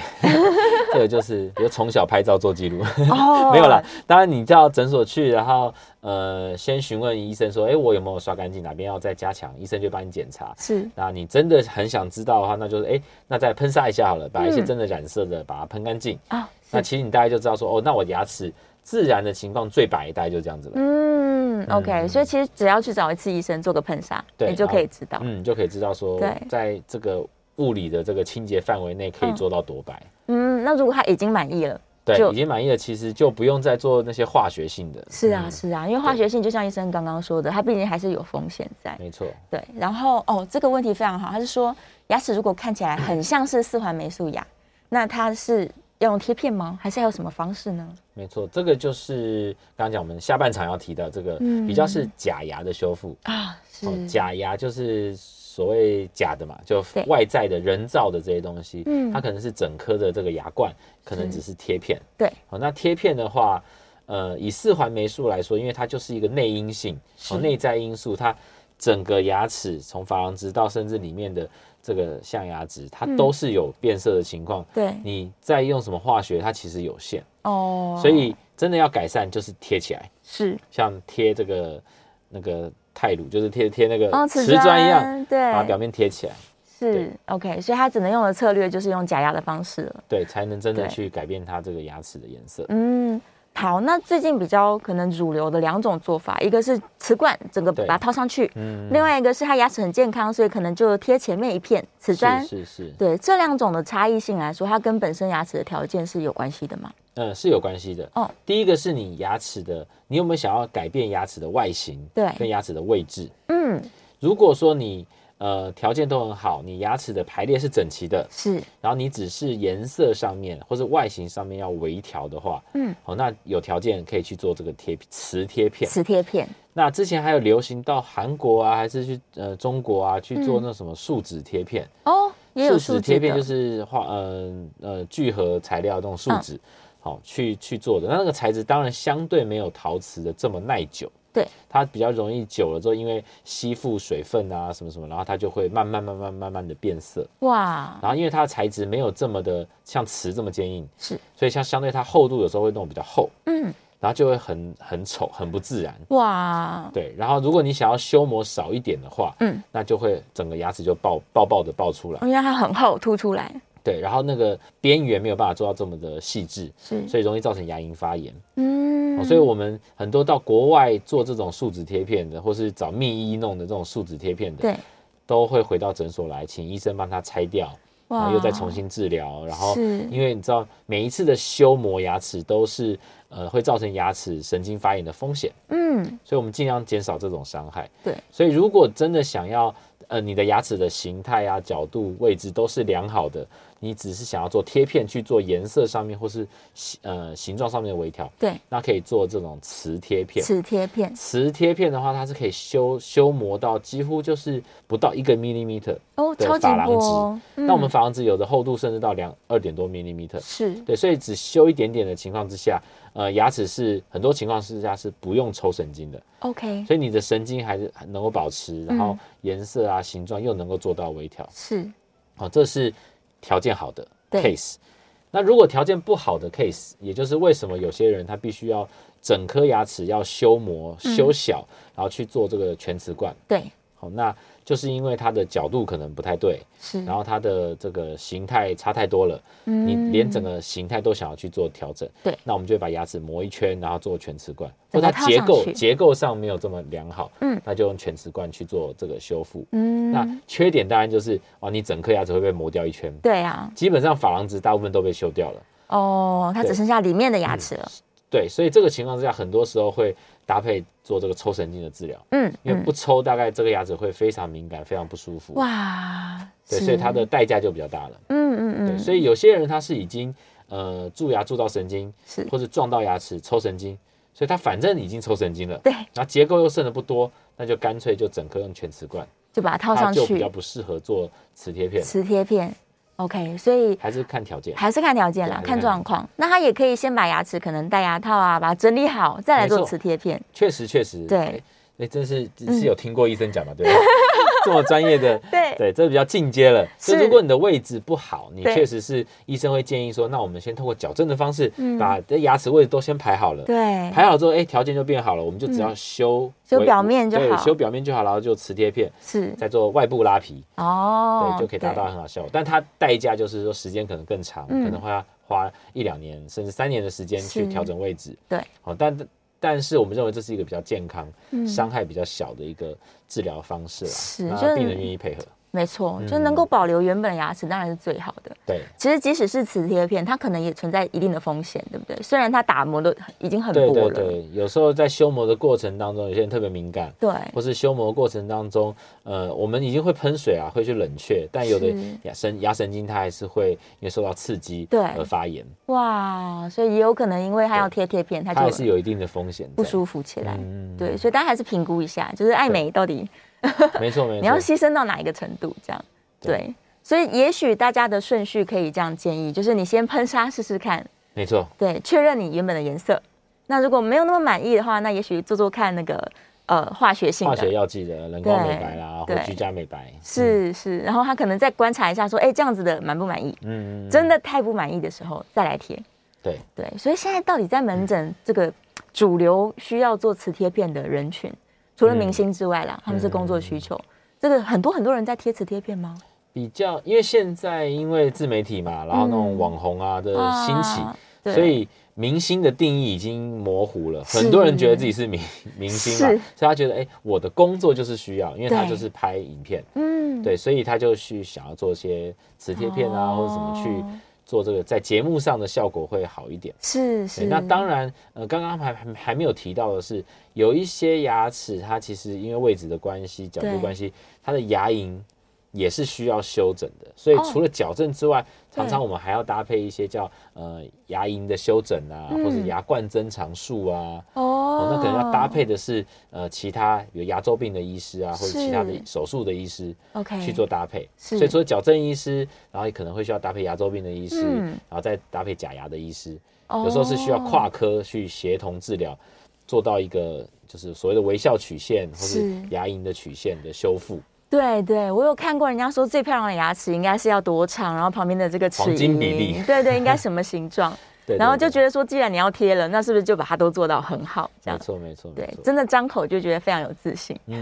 [SPEAKER 3] 这个就是比如从小拍照做记录，
[SPEAKER 2] 哦
[SPEAKER 3] 没有啦。，当然你到诊所去，然后呃，先询问医生说，哎、我有没有刷干净，哪边要再加强，医生就帮你检查。
[SPEAKER 2] 是
[SPEAKER 3] 那你真的很想知道的话，那就是哎、那再喷砂一下好了，把一些真的染色的把它喷干净。
[SPEAKER 2] 啊，
[SPEAKER 3] 那
[SPEAKER 2] 嗯是
[SPEAKER 3] 其实你大概就知道说，哦，那我牙齿自然的情况最白，大概就这样子了。
[SPEAKER 2] 嗯，OK，
[SPEAKER 3] 嗯
[SPEAKER 2] 所以其实只要去找一次医生做个喷砂，
[SPEAKER 3] 对
[SPEAKER 2] 你就可以知道。
[SPEAKER 3] 嗯，就可以知道说
[SPEAKER 2] 对，
[SPEAKER 3] 在这个物理的这个清洁范围内可以做到多白。
[SPEAKER 2] 嗯，那如果他已经满意了，就
[SPEAKER 3] 对，已经满意了，其实就不用再做那些化学性的。
[SPEAKER 2] 是啊
[SPEAKER 3] 嗯
[SPEAKER 2] 是啊，因为化学性就像医生刚刚说的，它毕竟还是有风险在。
[SPEAKER 3] 没错。
[SPEAKER 2] 对，然后哦，这个问题非常好，他是说牙齿如果看起来很像是四环霉素牙，那它是要用贴片吗？还是还有什么方式呢？
[SPEAKER 3] 没错，这个就是刚刚讲我们下半场要提到这个，
[SPEAKER 2] 嗯
[SPEAKER 3] 比较是假牙的修复。
[SPEAKER 2] 啊，是
[SPEAKER 3] 哦，假牙就是所谓假的嘛，就
[SPEAKER 2] 对
[SPEAKER 3] 外在的人造的这些东西，
[SPEAKER 2] 嗯
[SPEAKER 3] 它可能是整颗的这个牙冠，可能
[SPEAKER 2] 是
[SPEAKER 3] 只是贴片。
[SPEAKER 2] 对，
[SPEAKER 3] 好、那贴片的话，呃，以四环霉素来说，因为它就是一个内因性，
[SPEAKER 2] 是
[SPEAKER 3] 哦，内在因素，它整个牙齿从珐琅质到甚至里面的这个象牙质，它
[SPEAKER 2] 嗯
[SPEAKER 3] 都是有变色的情况。
[SPEAKER 2] 对
[SPEAKER 3] 你再用什么化学，它其实有限，
[SPEAKER 2] 哦，
[SPEAKER 3] 所以真的要改善就是贴起来，
[SPEAKER 2] 是
[SPEAKER 3] 像贴这个那个泰乳，就是贴贴那个
[SPEAKER 2] 哦瓷
[SPEAKER 3] 呃瓷砖一样，
[SPEAKER 2] 砖
[SPEAKER 3] 把表
[SPEAKER 2] 对，
[SPEAKER 3] 面贴起来，
[SPEAKER 2] 是
[SPEAKER 3] 对
[SPEAKER 2] OK，所以他只能用的策略就是用假牙的方式了。
[SPEAKER 3] 对，才能真的
[SPEAKER 2] 对
[SPEAKER 3] 去改变它这个牙齿的颜色。
[SPEAKER 2] 嗯，好，那最近比较可能主流的两种做法，一个是瓷罐整个把
[SPEAKER 3] 对
[SPEAKER 2] 它套上去，
[SPEAKER 3] 嗯，
[SPEAKER 2] 另外一个是他牙齿很健康，所以可能就贴前面一片瓷砖。
[SPEAKER 3] 是是是，
[SPEAKER 2] 对这两种的差异性来说，它跟本身牙齿的条件是有关系的嘛？
[SPEAKER 3] 嗯，是有关系的。
[SPEAKER 2] 哦
[SPEAKER 3] 第一个是你牙齿的，你有没有想要改变牙齿的外形，
[SPEAKER 2] 对
[SPEAKER 3] 跟牙齿的位置？
[SPEAKER 2] 嗯，
[SPEAKER 3] 如果说你呃条件都很好，你牙齿的排列是整齐的，
[SPEAKER 2] 是
[SPEAKER 3] 然后你只是颜色上面或者外形上面要微调的话，
[SPEAKER 2] 嗯，
[SPEAKER 3] 哦，那有条件可以去做这个贴磁贴片。
[SPEAKER 2] 磁贴片，
[SPEAKER 3] 那之前还有流行到韩国啊，还是去呃中国啊去做那什么树脂贴片，
[SPEAKER 2] 哦，也有树
[SPEAKER 3] 树脂贴
[SPEAKER 2] 脂
[SPEAKER 3] 片就
[SPEAKER 2] 的，
[SPEAKER 3] 是化呃呃聚合材料那种树
[SPEAKER 2] 嗯
[SPEAKER 3] 脂，好、去去做的。那那个材质当然相对没有陶瓷的这么耐久，
[SPEAKER 2] 对，
[SPEAKER 3] 它比较容易久了之后，因为吸附水分啊什么什么，然后它就会慢慢慢慢慢慢的变色。
[SPEAKER 2] 哇，
[SPEAKER 3] 然后因为它的材质没有这么的像瓷这么坚硬，
[SPEAKER 2] 是，
[SPEAKER 3] 所以像相对它厚度有时候会弄得比较厚，
[SPEAKER 2] 嗯，
[SPEAKER 3] 然后就会很很丑，很不自然。
[SPEAKER 2] 哇，
[SPEAKER 3] 对，然后如果你想要修磨少一点的话，
[SPEAKER 2] 嗯，
[SPEAKER 3] 那就会整个牙齿就爆爆爆的爆出来
[SPEAKER 2] 因，为它很厚，凸出来，
[SPEAKER 3] 对，然后那个边缘没有办法做到这么的细致，
[SPEAKER 2] 是，
[SPEAKER 3] 所以容易造成牙龈发炎、
[SPEAKER 2] 嗯
[SPEAKER 3] 哦所以我们很多到国外做这种树脂贴片的，或是找密医弄的这种树脂贴片的，
[SPEAKER 2] 对，
[SPEAKER 3] 都会回到诊所来，请医生帮他拆掉，
[SPEAKER 2] 哇
[SPEAKER 3] 然后又再重新治疗，然后
[SPEAKER 2] 是
[SPEAKER 3] 因为你知道每一次的修磨牙齿都是呃会造成牙齿神经发炎的风险，
[SPEAKER 2] 嗯，
[SPEAKER 3] 所以我们尽量减少这种伤害。
[SPEAKER 2] 对，
[SPEAKER 3] 所以如果真的想要呃你的牙齿的形态啊、角度、位置都是良好的，你只是想要做贴片去做颜色上面或是形呃形状上面的微调，
[SPEAKER 2] 对，
[SPEAKER 3] 那可以做这种磁贴片。
[SPEAKER 2] 磁贴片，
[SPEAKER 3] 磁贴片的话，它是可以修修磨到几乎就是不到一个 millimeter，、
[SPEAKER 2] 哦，
[SPEAKER 3] 对
[SPEAKER 2] 超级
[SPEAKER 3] 珐琅
[SPEAKER 2] 薄
[SPEAKER 3] 质
[SPEAKER 2] 哦，
[SPEAKER 3] 那我们
[SPEAKER 2] 嗯
[SPEAKER 3] 珐琅质有的厚度甚至到两二点多 millimeter，
[SPEAKER 2] 是
[SPEAKER 3] 对，所以只修一点点的情况之下，呃，牙齿是很多情况之下是不用抽神经的，
[SPEAKER 2] OK，
[SPEAKER 3] 所以你的神经还是能够保持，然后
[SPEAKER 2] 嗯
[SPEAKER 3] 颜色啊、形状又能够做到微调，
[SPEAKER 2] 是
[SPEAKER 3] 好、这是条件好的
[SPEAKER 2] 对
[SPEAKER 3] case。那如果条件不好的 case，也就是为什么有些人他必须要整颗牙齿要修磨、
[SPEAKER 2] 嗯
[SPEAKER 3] 修小，然后去做这个全瓷冠，
[SPEAKER 2] 对，
[SPEAKER 3] 好、那就是因为它的角度可能不太对，
[SPEAKER 2] 是，
[SPEAKER 3] 然后它的这个形态差太多了，
[SPEAKER 2] 嗯
[SPEAKER 3] 你连整个形态都想要去做调整，
[SPEAKER 2] 对
[SPEAKER 3] 那我们就会把牙齿磨一圈，然后做全瓷冠，
[SPEAKER 2] 整
[SPEAKER 3] 或
[SPEAKER 2] 个
[SPEAKER 3] 者
[SPEAKER 2] 套
[SPEAKER 3] 它结
[SPEAKER 2] 上
[SPEAKER 3] 构
[SPEAKER 2] 去
[SPEAKER 3] 结构上没有这么良好，
[SPEAKER 2] 嗯
[SPEAKER 3] 那就用全瓷冠去做这个修复。那
[SPEAKER 2] 嗯，
[SPEAKER 3] 缺点当然就是哦，你整颗牙齿会被磨掉一圈，
[SPEAKER 2] 对啊，
[SPEAKER 3] 基本上珐琅质大部分都被修掉了，
[SPEAKER 2] 哦，它只
[SPEAKER 3] 对嗯
[SPEAKER 2] 剩下里面的牙齿了，
[SPEAKER 3] 对，所以这个情况之下，很多时候会搭配做这个抽神经的治疗，
[SPEAKER 2] 嗯，
[SPEAKER 3] 因为
[SPEAKER 2] 嗯
[SPEAKER 3] 不抽大概这个牙齿会非常敏感，非常不舒服，
[SPEAKER 2] 哇，
[SPEAKER 3] 对，
[SPEAKER 2] 是
[SPEAKER 3] 所以它的，代价就比较大了。
[SPEAKER 2] 嗯嗯
[SPEAKER 3] 对，
[SPEAKER 2] 嗯，
[SPEAKER 3] 所
[SPEAKER 2] 以
[SPEAKER 3] 以有些人他是已经呃蛀牙蛀到神经，
[SPEAKER 2] 是
[SPEAKER 3] 或者撞到牙齿抽神经，所以他反正已经抽神经了，
[SPEAKER 2] 对，
[SPEAKER 3] 然后结构又剩的不多，那就干脆就整颗用全瓷冠，
[SPEAKER 2] 就把它套
[SPEAKER 3] 它
[SPEAKER 2] 上
[SPEAKER 3] 就比较
[SPEAKER 2] 去，
[SPEAKER 3] 不适合做磁贴片，
[SPEAKER 2] 磁贴片，OK，所以。
[SPEAKER 3] 还是看条件。
[SPEAKER 2] 还是看条件啦，看
[SPEAKER 3] 对还是看
[SPEAKER 2] 状况。那他也可以先把牙齿可能戴牙套啊，把它整理好，再来
[SPEAKER 3] 没
[SPEAKER 2] 做
[SPEAKER 3] 错
[SPEAKER 2] 磁贴片。
[SPEAKER 3] 确实确实，
[SPEAKER 2] 对嗯
[SPEAKER 3] 哎，那真是是有听过医生讲嘛，对吧？ 这么专业的，
[SPEAKER 2] 对
[SPEAKER 3] 对，这比较进阶了。
[SPEAKER 2] 是
[SPEAKER 3] 所以如果你的位置不好，你
[SPEAKER 2] 对
[SPEAKER 3] 确实是医生会建议说，那我们先通过矫正的方式，把这牙齿位置都先排好了。
[SPEAKER 2] 嗯对，嗯
[SPEAKER 3] 排好之后，哎、条件就变好了，我们就只要修、
[SPEAKER 2] 修表面就好
[SPEAKER 3] 对，修表面就好，然后就磁贴片，
[SPEAKER 2] 是
[SPEAKER 3] 再做外部拉皮，
[SPEAKER 2] 哦，
[SPEAKER 3] 对，就可以达到
[SPEAKER 2] 对
[SPEAKER 3] 很好效果。但它代价就是说时间可能更长，
[SPEAKER 2] 嗯
[SPEAKER 3] 可能会要花一两年甚至三年的时间
[SPEAKER 2] 是
[SPEAKER 3] 去调整位置。
[SPEAKER 2] 对，
[SPEAKER 3] 好、但但是我们认为这是一个比较健康、
[SPEAKER 2] 嗯
[SPEAKER 3] 伤害比较小的一个治疗方式啦，
[SPEAKER 2] 是
[SPEAKER 3] 那
[SPEAKER 2] 就是
[SPEAKER 3] 病人愿意配合。
[SPEAKER 2] 没错，
[SPEAKER 3] 嗯
[SPEAKER 2] 就能够保留原本的牙齿，当然是最好的。
[SPEAKER 3] 对，
[SPEAKER 2] 其实即使是磁贴片，它可能也存在一定的风险，对不对？虽然它打磨的已经很
[SPEAKER 3] 对
[SPEAKER 2] 薄
[SPEAKER 3] 对
[SPEAKER 2] 了，
[SPEAKER 3] 对，有时候在修磨的过程当中，有些人特别敏感，
[SPEAKER 2] 对，
[SPEAKER 3] 或是修磨过程当中，呃，我们已经会喷水啊，会去冷却，但有的
[SPEAKER 2] 是
[SPEAKER 3] 牙神牙神经它还是会因为受到刺激
[SPEAKER 2] 对
[SPEAKER 3] 而发炎，
[SPEAKER 2] 哇，所以也有可能因为它要贴贴片，它
[SPEAKER 3] 它还
[SPEAKER 2] 就是
[SPEAKER 3] 有一定的风险。
[SPEAKER 2] 不舒服起来。
[SPEAKER 3] 嗯
[SPEAKER 2] 对，所以大家还是评估一下，就是爱美到底
[SPEAKER 3] 服，没错没错。
[SPEAKER 2] 你要牺牲到哪一个程度，这样
[SPEAKER 3] 对
[SPEAKER 2] 对。所以也许大家的顺序可以这样建议，就是你先喷砂试试看，
[SPEAKER 3] 没错，
[SPEAKER 2] 对，确认你原本的颜色。那如果没有那么满意的话，那也许做做看那个呃化学性
[SPEAKER 3] 化
[SPEAKER 2] 的，
[SPEAKER 3] 学药剂的人工美白啦，
[SPEAKER 2] 对
[SPEAKER 3] 或
[SPEAKER 2] 对
[SPEAKER 3] 居家美白，
[SPEAKER 2] 是是，然后他可能再观察一下，说，哎、这样子的满不满意？
[SPEAKER 3] 嗯，嗯，
[SPEAKER 2] 真的太不满意的时候再来贴。
[SPEAKER 3] 对，
[SPEAKER 2] 对，所以现在到底在
[SPEAKER 3] 嗯
[SPEAKER 2] 门诊这个主流需要做磁贴片的人群，除了
[SPEAKER 3] 嗯
[SPEAKER 2] 明星之外啦，他们是工作需求，这个很多很多人在贴磁贴片吗？
[SPEAKER 3] 比较，因为现在因为自媒体嘛，然后那种网红啊的兴起，
[SPEAKER 2] 嗯啊对
[SPEAKER 3] 所以明星的定义已经模糊了，
[SPEAKER 2] 是
[SPEAKER 3] 很多人觉得自己是明明星嘛，
[SPEAKER 2] 是
[SPEAKER 3] 所以他觉得，哎、我的工作就是需要，因为他
[SPEAKER 2] 对
[SPEAKER 3] 就是拍影片，
[SPEAKER 2] 嗯，
[SPEAKER 3] 对，所以他就去想要做一些磁贴片啊，
[SPEAKER 2] 哦
[SPEAKER 3] 或者怎么去做这个，在节目上的效果会好一点。
[SPEAKER 2] 是
[SPEAKER 3] 对
[SPEAKER 2] 是，
[SPEAKER 3] 那当然，呃，刚刚还还还没有提到的是，有一些牙齿它其实因为位置的关系、角
[SPEAKER 2] 对
[SPEAKER 3] 度关系，它的牙龈也是需要修整的。所以
[SPEAKER 2] 哦
[SPEAKER 3] 除了矫正之外，常
[SPEAKER 2] 对
[SPEAKER 3] 常我们还要搭配一些叫呃牙龈的修整啊，或者
[SPEAKER 2] 嗯
[SPEAKER 3] 牙冠增长术啊。
[SPEAKER 2] 哦
[SPEAKER 3] 哦，那可能要搭配的是呃其他有牙周病的医师啊，或者其他的
[SPEAKER 2] 是
[SPEAKER 3] 手术的医师
[SPEAKER 2] OK
[SPEAKER 3] 去做搭配。
[SPEAKER 2] 是
[SPEAKER 3] 所以除了矫正医师，然后也可能会需要搭配牙周病的医师，
[SPEAKER 2] 嗯
[SPEAKER 3] 然后再搭配假牙的医师，
[SPEAKER 2] 哦
[SPEAKER 3] 有时候是需要跨科去协同治疗，做到一个就是所谓的微笑曲线或是
[SPEAKER 2] 是
[SPEAKER 3] 牙龈的曲线的修复。
[SPEAKER 2] 对对，我有看过人家说最漂亮的牙齿应该是要多长，然后旁边的这个齿
[SPEAKER 3] 黄金比
[SPEAKER 2] 龈
[SPEAKER 3] 例
[SPEAKER 2] 对对，应该什么形状，
[SPEAKER 3] 对，
[SPEAKER 2] 然后就
[SPEAKER 3] 对
[SPEAKER 2] 觉得说，既然你要贴了，那是不是就把它都做到很好？这
[SPEAKER 3] 对没
[SPEAKER 2] 样
[SPEAKER 3] 错没嗯错没
[SPEAKER 2] 对，
[SPEAKER 3] 错，
[SPEAKER 2] 真的张口就觉得非常有自信。
[SPEAKER 3] 嗯，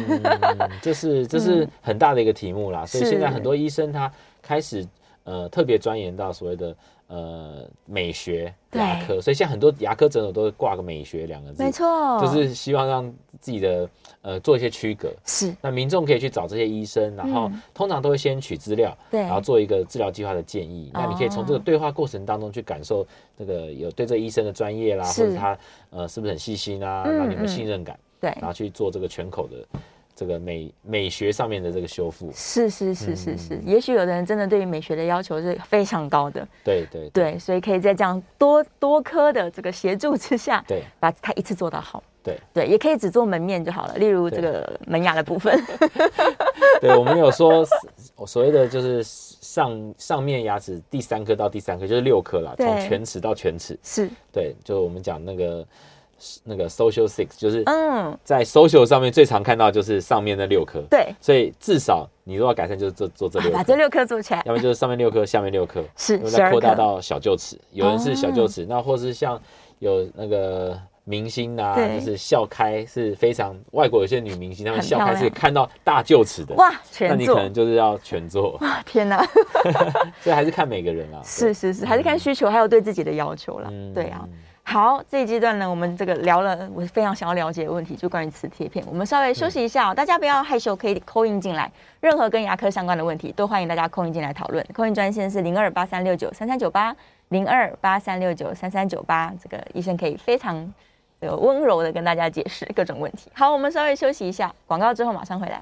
[SPEAKER 3] 这是这是很大的一个题目啦，所以
[SPEAKER 2] 嗯是
[SPEAKER 3] 现在很多医生他开始。呃特别钻研到所谓的呃美学
[SPEAKER 2] 对
[SPEAKER 3] 牙科，所以现在很多牙科诊所都会挂个美学两个字，
[SPEAKER 2] 没，错，
[SPEAKER 3] 就是希望让自己的呃做一些区隔。
[SPEAKER 2] 是
[SPEAKER 3] 那民众可以去找这些医生，然后
[SPEAKER 2] 嗯
[SPEAKER 3] 通常都会先取资料，
[SPEAKER 2] 对
[SPEAKER 3] 然后做一个治疗计划的建议。那你可以从这个
[SPEAKER 2] 哦
[SPEAKER 3] 对话过程当中去感受这个有对这医生的专业啦，
[SPEAKER 2] 是
[SPEAKER 3] 或者他呃是不是很细心啊，
[SPEAKER 2] 嗯
[SPEAKER 3] 然后你有
[SPEAKER 2] 嗯
[SPEAKER 3] 没有信任感，
[SPEAKER 2] 对，
[SPEAKER 3] 然后去做这个全口的这个美美学上面的这个修复。
[SPEAKER 2] 是是是是是，
[SPEAKER 3] 嗯
[SPEAKER 2] 也许有的人真的对于美学的要求是非常高的，
[SPEAKER 3] 对对
[SPEAKER 2] 对，所以可以在这样多多科的这个协助之下，
[SPEAKER 3] 对
[SPEAKER 2] 把它一次做到好。
[SPEAKER 3] 对
[SPEAKER 2] 对，也可以只做门面就好了，例如这
[SPEAKER 3] 对
[SPEAKER 2] 个门牙的部分。
[SPEAKER 3] 对，我们有说所谓的就是上上面牙齿第三颗到第三颗就是六颗啦，
[SPEAKER 2] 对
[SPEAKER 3] 从全齿到全齿。
[SPEAKER 2] 是，
[SPEAKER 3] 对，就我们讲那个那个 social six，就是
[SPEAKER 2] 嗯，
[SPEAKER 3] 在 social 上面最常看到就是上面那六颗。，
[SPEAKER 2] 对，
[SPEAKER 3] 所以至少你如果要改善，就是做做这六颗，
[SPEAKER 2] 哎啊把这六颗做起来
[SPEAKER 3] 要。不然就是上面六颗，下面六颗，
[SPEAKER 2] 是
[SPEAKER 3] 要不然
[SPEAKER 2] 12
[SPEAKER 3] 再扩大
[SPEAKER 2] 颗
[SPEAKER 3] 到小臼齿，有人是小臼
[SPEAKER 2] 哦
[SPEAKER 3] 齿，那或是像有那个。明星啊，
[SPEAKER 2] 对
[SPEAKER 3] 就是笑开是非常外国有些女明星，她们
[SPEAKER 2] 很
[SPEAKER 3] 笑
[SPEAKER 2] 漂
[SPEAKER 3] 开是
[SPEAKER 2] 亮
[SPEAKER 3] 看到大臼齿的，
[SPEAKER 2] 哇，
[SPEAKER 3] 那
[SPEAKER 2] 全
[SPEAKER 3] 你可
[SPEAKER 2] 做！
[SPEAKER 3] 能就是要 全做，
[SPEAKER 2] 天哪，
[SPEAKER 3] 所以还是看每个人啦。
[SPEAKER 2] 是，
[SPEAKER 3] 对
[SPEAKER 2] 是是，还是看需求，还有对自己的要求啦。
[SPEAKER 3] 嗯
[SPEAKER 2] 对啊。好，这一阶段呢，我们这个聊了我非常想要了解的问题，就关于磁贴片。我们稍微休息一下、哦，大家不要害羞，可以扣印进来，任何跟牙科相关的问题都欢迎大家扣印进来讨论。扣印专线是零二八三六九三三九八零二八三六九三三九八，这个医生可以非常这个温柔的跟大家解释各种问题。好，我们稍微休息一下，广告之后马上回来。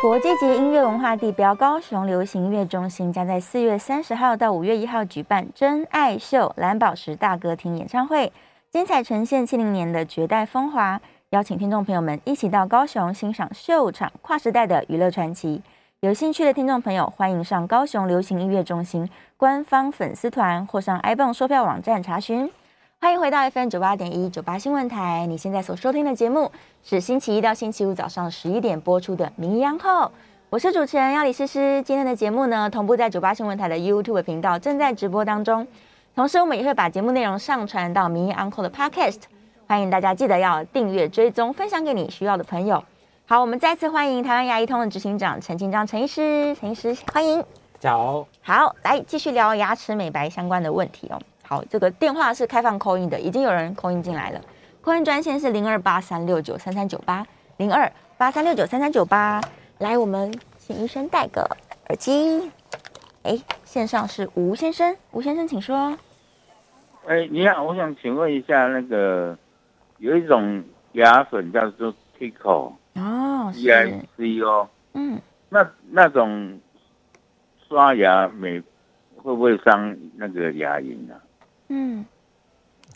[SPEAKER 2] 国际级音乐文化地标高雄流行音乐中心将在四月三十号到五月一号举办“真爱秀”蓝宝石大歌厅演唱会，精彩呈现七零年的绝代风华，邀请听众朋友们一起到高雄欣赏秀场跨时代的娱乐传奇。有兴趣的听众朋友，欢迎上高雄流行音乐中心官方粉丝团或上 iBon 售票网站查询。欢迎回到 FM 九八点一九八新闻台，你现在所收听的节目是星期一到星期五早上十一点播出的《名医央后》，我是主持人要李诗诗。今天的节目呢，同步在九八新闻台的 YouTube 频道正在直播当中，同时我们也会把节目内容上传到《名医 Uncle》的 Podcast，欢迎大家记得要订阅、追踪、分享给你需要的朋友。好，我们再次欢迎台湾牙医通的执行长陈清章陈医师，陈医师欢迎。
[SPEAKER 3] 大家好，
[SPEAKER 2] 好，来继续聊牙齿美白相关的问题哦。好，这个电话是开放扣印的，已经有人扣印进来了。扣印专线是零二八三六九三三九八零二八三六九三三九八。来，我们请医生戴个耳机。哎，线上是吴先生，吴先生请说。
[SPEAKER 4] 哎，你好，我想请问一下，那个有一种牙粉叫做 Tico，E I
[SPEAKER 2] 哦，是，
[SPEAKER 4] C O，
[SPEAKER 2] 嗯，
[SPEAKER 4] 那那种刷牙美会不会伤那个牙龈啊？
[SPEAKER 2] 嗯，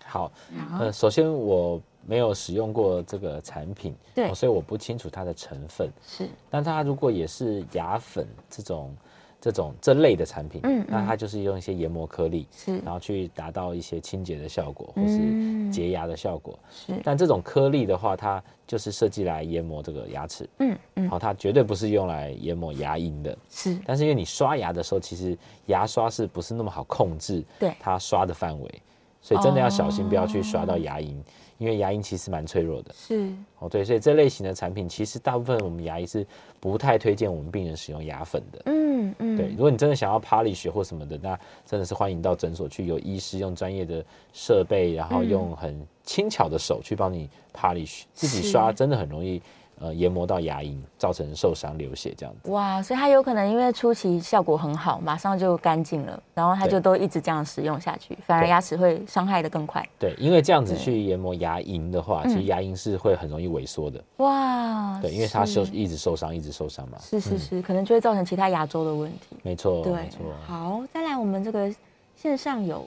[SPEAKER 3] 好，
[SPEAKER 2] 好
[SPEAKER 3] 呃，，首先我没有使用过这个产品，
[SPEAKER 2] 对
[SPEAKER 3] 哦所以我不清楚它的成分。
[SPEAKER 2] 是，
[SPEAKER 3] 但它如果也是牙粉这种、这种这类的产品，
[SPEAKER 2] 嗯
[SPEAKER 3] 那
[SPEAKER 2] 嗯
[SPEAKER 3] 它就是用一些研磨颗粒，
[SPEAKER 2] 是
[SPEAKER 3] 然后去达到一些清洁的效果，或
[SPEAKER 2] 嗯
[SPEAKER 3] 是洁牙的效果。
[SPEAKER 2] 是，
[SPEAKER 3] 但这种颗粒的话，它就是设计来研磨这个牙齿，
[SPEAKER 2] 嗯嗯，
[SPEAKER 3] 好、它绝对不是用来研磨牙龈的。
[SPEAKER 2] 是，
[SPEAKER 3] 但是因为你刷牙的时候，其实牙刷是不是那么好控制
[SPEAKER 2] 对
[SPEAKER 3] 它刷的范围，所以真的要小
[SPEAKER 2] 哦
[SPEAKER 3] 心不要去刷到牙龈，因为牙龈其实蛮脆弱的。
[SPEAKER 2] 是，
[SPEAKER 3] 哦，对，所以这类型的产品，其实大部分我们牙医是不太推荐我们病人使用牙粉的。
[SPEAKER 2] 嗯嗯，
[SPEAKER 3] 对，如果你真的想要 polish 或什么的，那真的是欢迎到诊所去，有医师用专业的设备，然后
[SPEAKER 2] 嗯
[SPEAKER 3] 用很轻巧的手去帮你 polish，自己
[SPEAKER 2] 是
[SPEAKER 3] 刷真的很容易呃研磨到牙龈，造成受伤流血这样子。
[SPEAKER 2] 哇，所以它有可能因为初期效果很好，马上就干净了，然后它
[SPEAKER 3] 对
[SPEAKER 2] 就都一直这样使用下去，反而
[SPEAKER 3] 对
[SPEAKER 2] 牙齿会伤害的更快。
[SPEAKER 3] 对，因为这样子
[SPEAKER 2] 对
[SPEAKER 3] 去研磨牙龈的话，其实
[SPEAKER 2] 嗯
[SPEAKER 3] 牙龈是会很容易萎缩的。
[SPEAKER 2] 哇，
[SPEAKER 3] 对，因为它嗯
[SPEAKER 2] 是
[SPEAKER 3] 受一直受伤，一直受伤嘛。
[SPEAKER 2] 是是是，可能就会造成其他牙周的问题。
[SPEAKER 3] 没错，
[SPEAKER 2] 对
[SPEAKER 3] 没错。，
[SPEAKER 2] 好，再来我们这个线上有。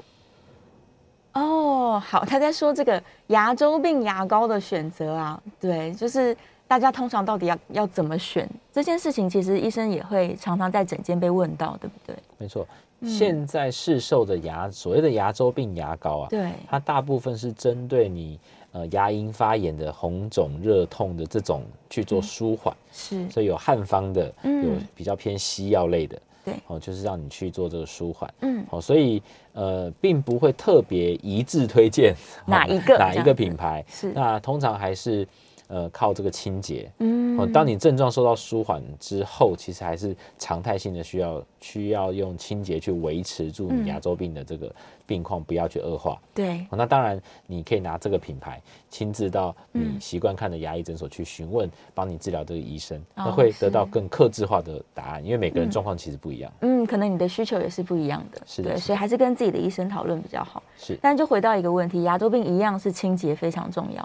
[SPEAKER 2] 哦，好， 他在说这个牙周病牙膏的选择啊，对，就是大家通常到底要要怎么选这件事情，其实医生也会常常在诊间被问到，对不对？
[SPEAKER 3] 没错，
[SPEAKER 2] 嗯
[SPEAKER 3] 现在市售的牙所谓的牙周病牙膏啊，
[SPEAKER 2] 对，
[SPEAKER 3] 它大部分是针对你呃牙龈发炎的红肿热痛的这种去做舒缓，
[SPEAKER 2] 是，
[SPEAKER 3] 所以有汉方的，
[SPEAKER 2] 嗯
[SPEAKER 3] 有比较偏西药类的，
[SPEAKER 2] 对
[SPEAKER 3] 哦，就是让你去做这个舒缓。
[SPEAKER 2] 嗯，
[SPEAKER 3] 哦，所以呃，并不会特别一致推荐
[SPEAKER 2] 哪
[SPEAKER 3] 哦
[SPEAKER 2] 一个
[SPEAKER 3] 哪
[SPEAKER 2] 这
[SPEAKER 3] 一
[SPEAKER 2] 样子
[SPEAKER 3] 个品牌。
[SPEAKER 2] 是
[SPEAKER 3] 那通常还是呃靠这个清洁。哦，
[SPEAKER 2] 嗯
[SPEAKER 3] 当你症状受到舒缓之后，其实还是常态性的需要需要用清洁去维持住
[SPEAKER 2] 嗯
[SPEAKER 3] 你牙周病的这个病况，不要去恶化。
[SPEAKER 2] 对，
[SPEAKER 3] 哦那当然，你可以拿这个品牌亲自到你
[SPEAKER 2] 嗯
[SPEAKER 3] 习惯看的牙医诊所去询问，帮你治疗这个医生，那
[SPEAKER 2] 哦
[SPEAKER 3] 会
[SPEAKER 2] 是
[SPEAKER 3] 得到更克制化的答案，因为每个人状况其实不一样。
[SPEAKER 2] 嗯，可能你的需求也是不一样的，
[SPEAKER 3] 是的
[SPEAKER 2] 对，
[SPEAKER 3] 是的
[SPEAKER 2] 所以还是跟自己的医生讨论比较好。
[SPEAKER 3] 是
[SPEAKER 2] 但就回到一个问题，牙周病一样是清洁非常重要。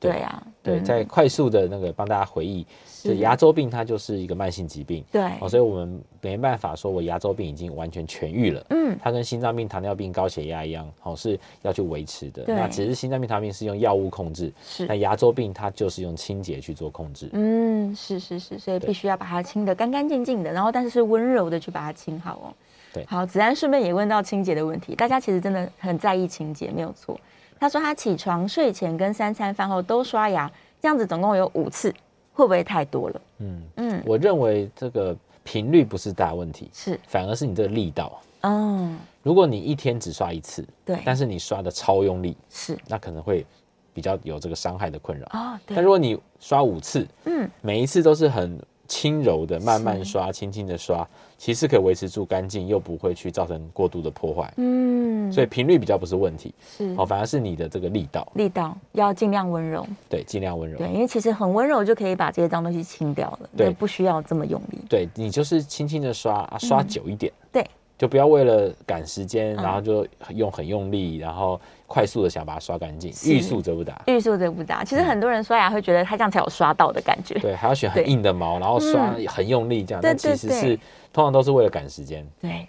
[SPEAKER 3] 对
[SPEAKER 2] 对啊，
[SPEAKER 3] 对，
[SPEAKER 2] 嗯
[SPEAKER 3] 在快速的那个帮大家回忆，
[SPEAKER 2] 是
[SPEAKER 3] 就牙周病它就是一个慢性疾病，
[SPEAKER 2] 对，
[SPEAKER 3] 哦，所以我们没办法说我牙周病已经完全痊愈了。
[SPEAKER 2] 嗯，
[SPEAKER 3] 它跟心脏病、糖尿病、高血压一样，哦，是要去维持的。
[SPEAKER 2] 对
[SPEAKER 3] 那只是心脏病、糖尿病是用药物控制，那
[SPEAKER 2] 是，
[SPEAKER 3] 牙周病它就是用清洁去做控制。
[SPEAKER 2] 嗯，是是是，所以
[SPEAKER 3] 对
[SPEAKER 2] 必须要把它清得干干净净的，然后但是是温柔的去把它清好哦。
[SPEAKER 3] 对
[SPEAKER 2] 好，子安顺便也问到清洁的问题，大家其实真的很在意清洁，没有错。他说他起床、睡前跟三餐饭后都刷牙，这样子总共有五次，会不会太多了？
[SPEAKER 3] 嗯，
[SPEAKER 2] 嗯，
[SPEAKER 3] 我认为这个频率不是大问题，
[SPEAKER 2] 是，
[SPEAKER 3] 反而是你这个力道。
[SPEAKER 2] 嗯，
[SPEAKER 3] 如果你一天只刷一次，
[SPEAKER 2] 对，
[SPEAKER 3] 但是你刷的超用力，
[SPEAKER 2] 是，
[SPEAKER 3] 那可能会比较有这个伤害的困扰。
[SPEAKER 2] 哦，对
[SPEAKER 3] 但，如果你刷五次，
[SPEAKER 2] 嗯，
[SPEAKER 3] 每一次都是很轻柔的，慢慢
[SPEAKER 2] 是
[SPEAKER 3] 刷，轻轻的刷，其实可以维持住干净，又不会去造成过度的破坏。
[SPEAKER 2] 嗯，
[SPEAKER 3] 所以频率比较不是问题，
[SPEAKER 2] 是
[SPEAKER 3] 哦，反而是你的这个力道，
[SPEAKER 2] 力道要尽量温柔，
[SPEAKER 3] 对，尽量温柔
[SPEAKER 2] 对，，因为其实很温柔就可以把这些脏东西清掉了，
[SPEAKER 3] 对
[SPEAKER 2] 那不需要这么用力。
[SPEAKER 3] 对你就是轻轻的刷，啊，刷久一点，
[SPEAKER 2] 嗯对，
[SPEAKER 3] 就不要为了赶时间，
[SPEAKER 2] 嗯
[SPEAKER 3] 然后就用很用力，然后快速的想把它刷干净，
[SPEAKER 2] 是
[SPEAKER 3] 欲速则不达。
[SPEAKER 2] 欲速则不达，其实很多人刷牙会觉得他这样才有刷到的感觉。
[SPEAKER 3] 对，还要选很
[SPEAKER 2] 对嗯
[SPEAKER 3] 硬的毛，然后刷很用力这样，但
[SPEAKER 2] 对
[SPEAKER 3] 其
[SPEAKER 2] 对
[SPEAKER 3] 实
[SPEAKER 2] 对
[SPEAKER 3] 是通常都是为了赶时间。
[SPEAKER 2] 对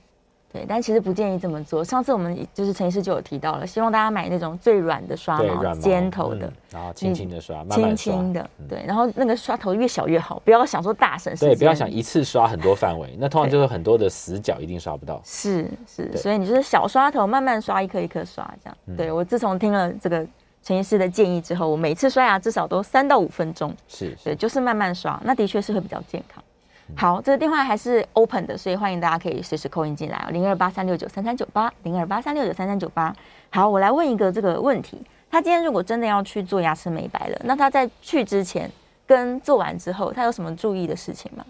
[SPEAKER 2] 对，但其实不建议这么做。上次我们就是陈医师就有提到了，希望大家买那种最软的刷
[SPEAKER 3] 对，
[SPEAKER 2] 毛，
[SPEAKER 3] 软毛
[SPEAKER 2] 啊尖头的
[SPEAKER 3] 嗯，然后轻轻的刷，慢
[SPEAKER 2] 轻
[SPEAKER 3] 慢刷，
[SPEAKER 2] 轻的
[SPEAKER 3] 嗯，
[SPEAKER 2] 对。然后那个刷头越小越好，不要想说大省时
[SPEAKER 3] 对，
[SPEAKER 2] 间，
[SPEAKER 3] 不要想一次刷很多范围，那通常
[SPEAKER 2] 对
[SPEAKER 3] 就是很多的死角一定刷不到。
[SPEAKER 2] 是是，
[SPEAKER 3] 对嗯
[SPEAKER 2] 所以你就是小刷头，慢慢刷，一颗一颗刷，这样。对我自从听了这个陈医师的建议之后，我每次刷牙至少都三到五分钟，
[SPEAKER 3] 是，是
[SPEAKER 2] 对，就是慢慢刷，那的确是会比较健康。
[SPEAKER 3] 嗯
[SPEAKER 2] 好，这个电话还是 open 的，所以欢迎大家可以随时扣音进来哦，零二八三六九三三九八，零二八三六九三三九八。好，我来问一个这个问题，他今天如果真的要去做牙齿美白了，那他在去之前跟做完之后，他有什么注意的事情吗？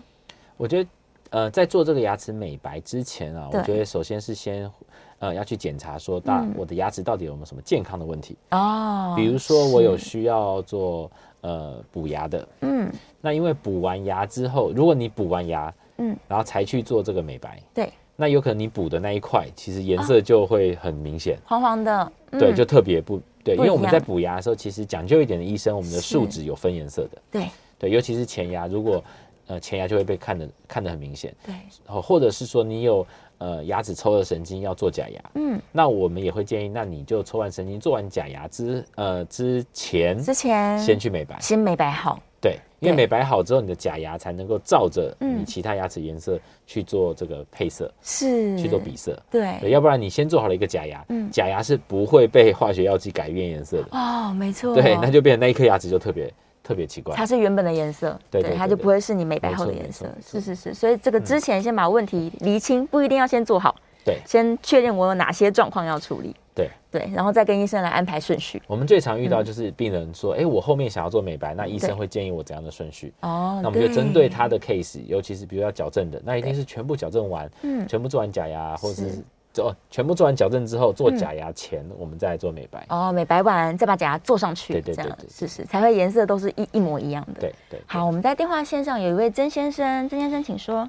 [SPEAKER 3] 我觉得，呃，在做这个牙齿美白之前啊，
[SPEAKER 2] 对
[SPEAKER 3] 我觉得首先是先，呃，要去检查说，大
[SPEAKER 2] 嗯
[SPEAKER 3] 我的牙齿到底有没有什么健康的问题，
[SPEAKER 2] 哦
[SPEAKER 3] 比如说我有
[SPEAKER 2] 是
[SPEAKER 3] 需要做呃补牙的，
[SPEAKER 2] 嗯，
[SPEAKER 3] 那因为补完牙之后，如果你补完牙，
[SPEAKER 2] 嗯
[SPEAKER 3] 嗯，然后才去做这个美白，
[SPEAKER 2] 对，
[SPEAKER 3] 那有可能你补的那一块其实颜色就会很明显。
[SPEAKER 2] 黄黄的，啊嗯
[SPEAKER 3] 对，就特别不对，
[SPEAKER 2] 不
[SPEAKER 3] 因
[SPEAKER 2] 一
[SPEAKER 3] 为我们在
[SPEAKER 2] 样
[SPEAKER 3] 补牙的时候，其实讲究一点的医生，我们的数
[SPEAKER 2] 是
[SPEAKER 3] 值有分颜色的，
[SPEAKER 2] 对
[SPEAKER 3] 对，尤其是前牙，如果呃前牙就会被看得看得很明显，
[SPEAKER 2] 对，
[SPEAKER 3] 哦，或者是说你有呃牙齿抽了神经要做假牙，
[SPEAKER 2] 嗯，
[SPEAKER 3] 那我们也会建议，那你就抽完神经做完假牙之呃之前，
[SPEAKER 2] 之前
[SPEAKER 3] 先去美白，
[SPEAKER 2] 先美白好，
[SPEAKER 3] 对，因为
[SPEAKER 2] 对
[SPEAKER 3] 美白好之后，你的假牙才能够照着
[SPEAKER 2] 嗯
[SPEAKER 3] 你其他牙齿颜色去做这个配色，
[SPEAKER 2] 是
[SPEAKER 3] 去做哎比，色。对，
[SPEAKER 2] 对，
[SPEAKER 3] 要不然你先做好了一个假牙，
[SPEAKER 2] 嗯
[SPEAKER 3] 假牙是不会被化学药剂改变颜色的。
[SPEAKER 2] 哦，没错，
[SPEAKER 3] 对，那就变成那一颗牙齿就特别特别奇怪。
[SPEAKER 2] 它是原本的颜色，
[SPEAKER 3] 对对对
[SPEAKER 2] 它就不会是你美白后的
[SPEAKER 3] 没错
[SPEAKER 2] 颜色
[SPEAKER 3] 没。错
[SPEAKER 2] 是
[SPEAKER 3] 没错
[SPEAKER 2] 是是，所以这个之前先把问题厘清，不一定要先做好，
[SPEAKER 3] 对
[SPEAKER 2] 先确认我有哪些状况要处理，
[SPEAKER 3] 对，
[SPEAKER 2] 对，然后再跟医生来安排顺序。
[SPEAKER 3] 我们最常遇到就是病人说，哎、我后面想要做美白，那医
[SPEAKER 2] 嗯对
[SPEAKER 3] 生会建议我怎样的顺序？
[SPEAKER 2] 哦，
[SPEAKER 3] 那我们就针对他的 case，尤其是比如要矫正的，那一定是全部矫正完，
[SPEAKER 2] 嗯
[SPEAKER 3] 全部做完假牙，或者
[SPEAKER 2] 是
[SPEAKER 3] 是做全部做完矫正之后，做
[SPEAKER 2] 嗯
[SPEAKER 3] 假牙前、我们再来做美白。
[SPEAKER 2] 哦，美白完再把假牙做上去，
[SPEAKER 3] 对对
[SPEAKER 2] 这
[SPEAKER 3] 对
[SPEAKER 2] 样
[SPEAKER 3] 对对
[SPEAKER 2] 是是，才会颜色都是一一模一样的。
[SPEAKER 3] 对对，对
[SPEAKER 2] 好，我们在电话线上有一位曾先生，曾先生请说。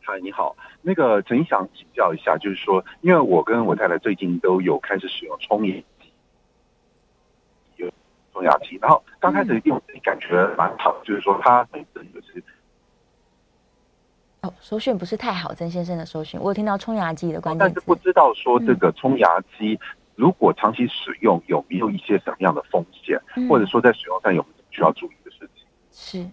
[SPEAKER 5] 嗨，你好，那个陈想请教一下，就是说，因为我跟我太太最近都有开始使用冲牙机，有冲牙机，然后刚开始用感觉蛮好，就是说它就是
[SPEAKER 2] 哦，收讯不是太好，曾先生的收讯，我有听到冲牙机的关键
[SPEAKER 5] 哦
[SPEAKER 2] 嗯
[SPEAKER 5] 但
[SPEAKER 2] 词
[SPEAKER 5] 是。不知道说这个冲牙机如果长期使用有没有一些什么样的风险，
[SPEAKER 2] 嗯
[SPEAKER 5] 或者说在使用上有没有需要注意的事情？
[SPEAKER 2] 是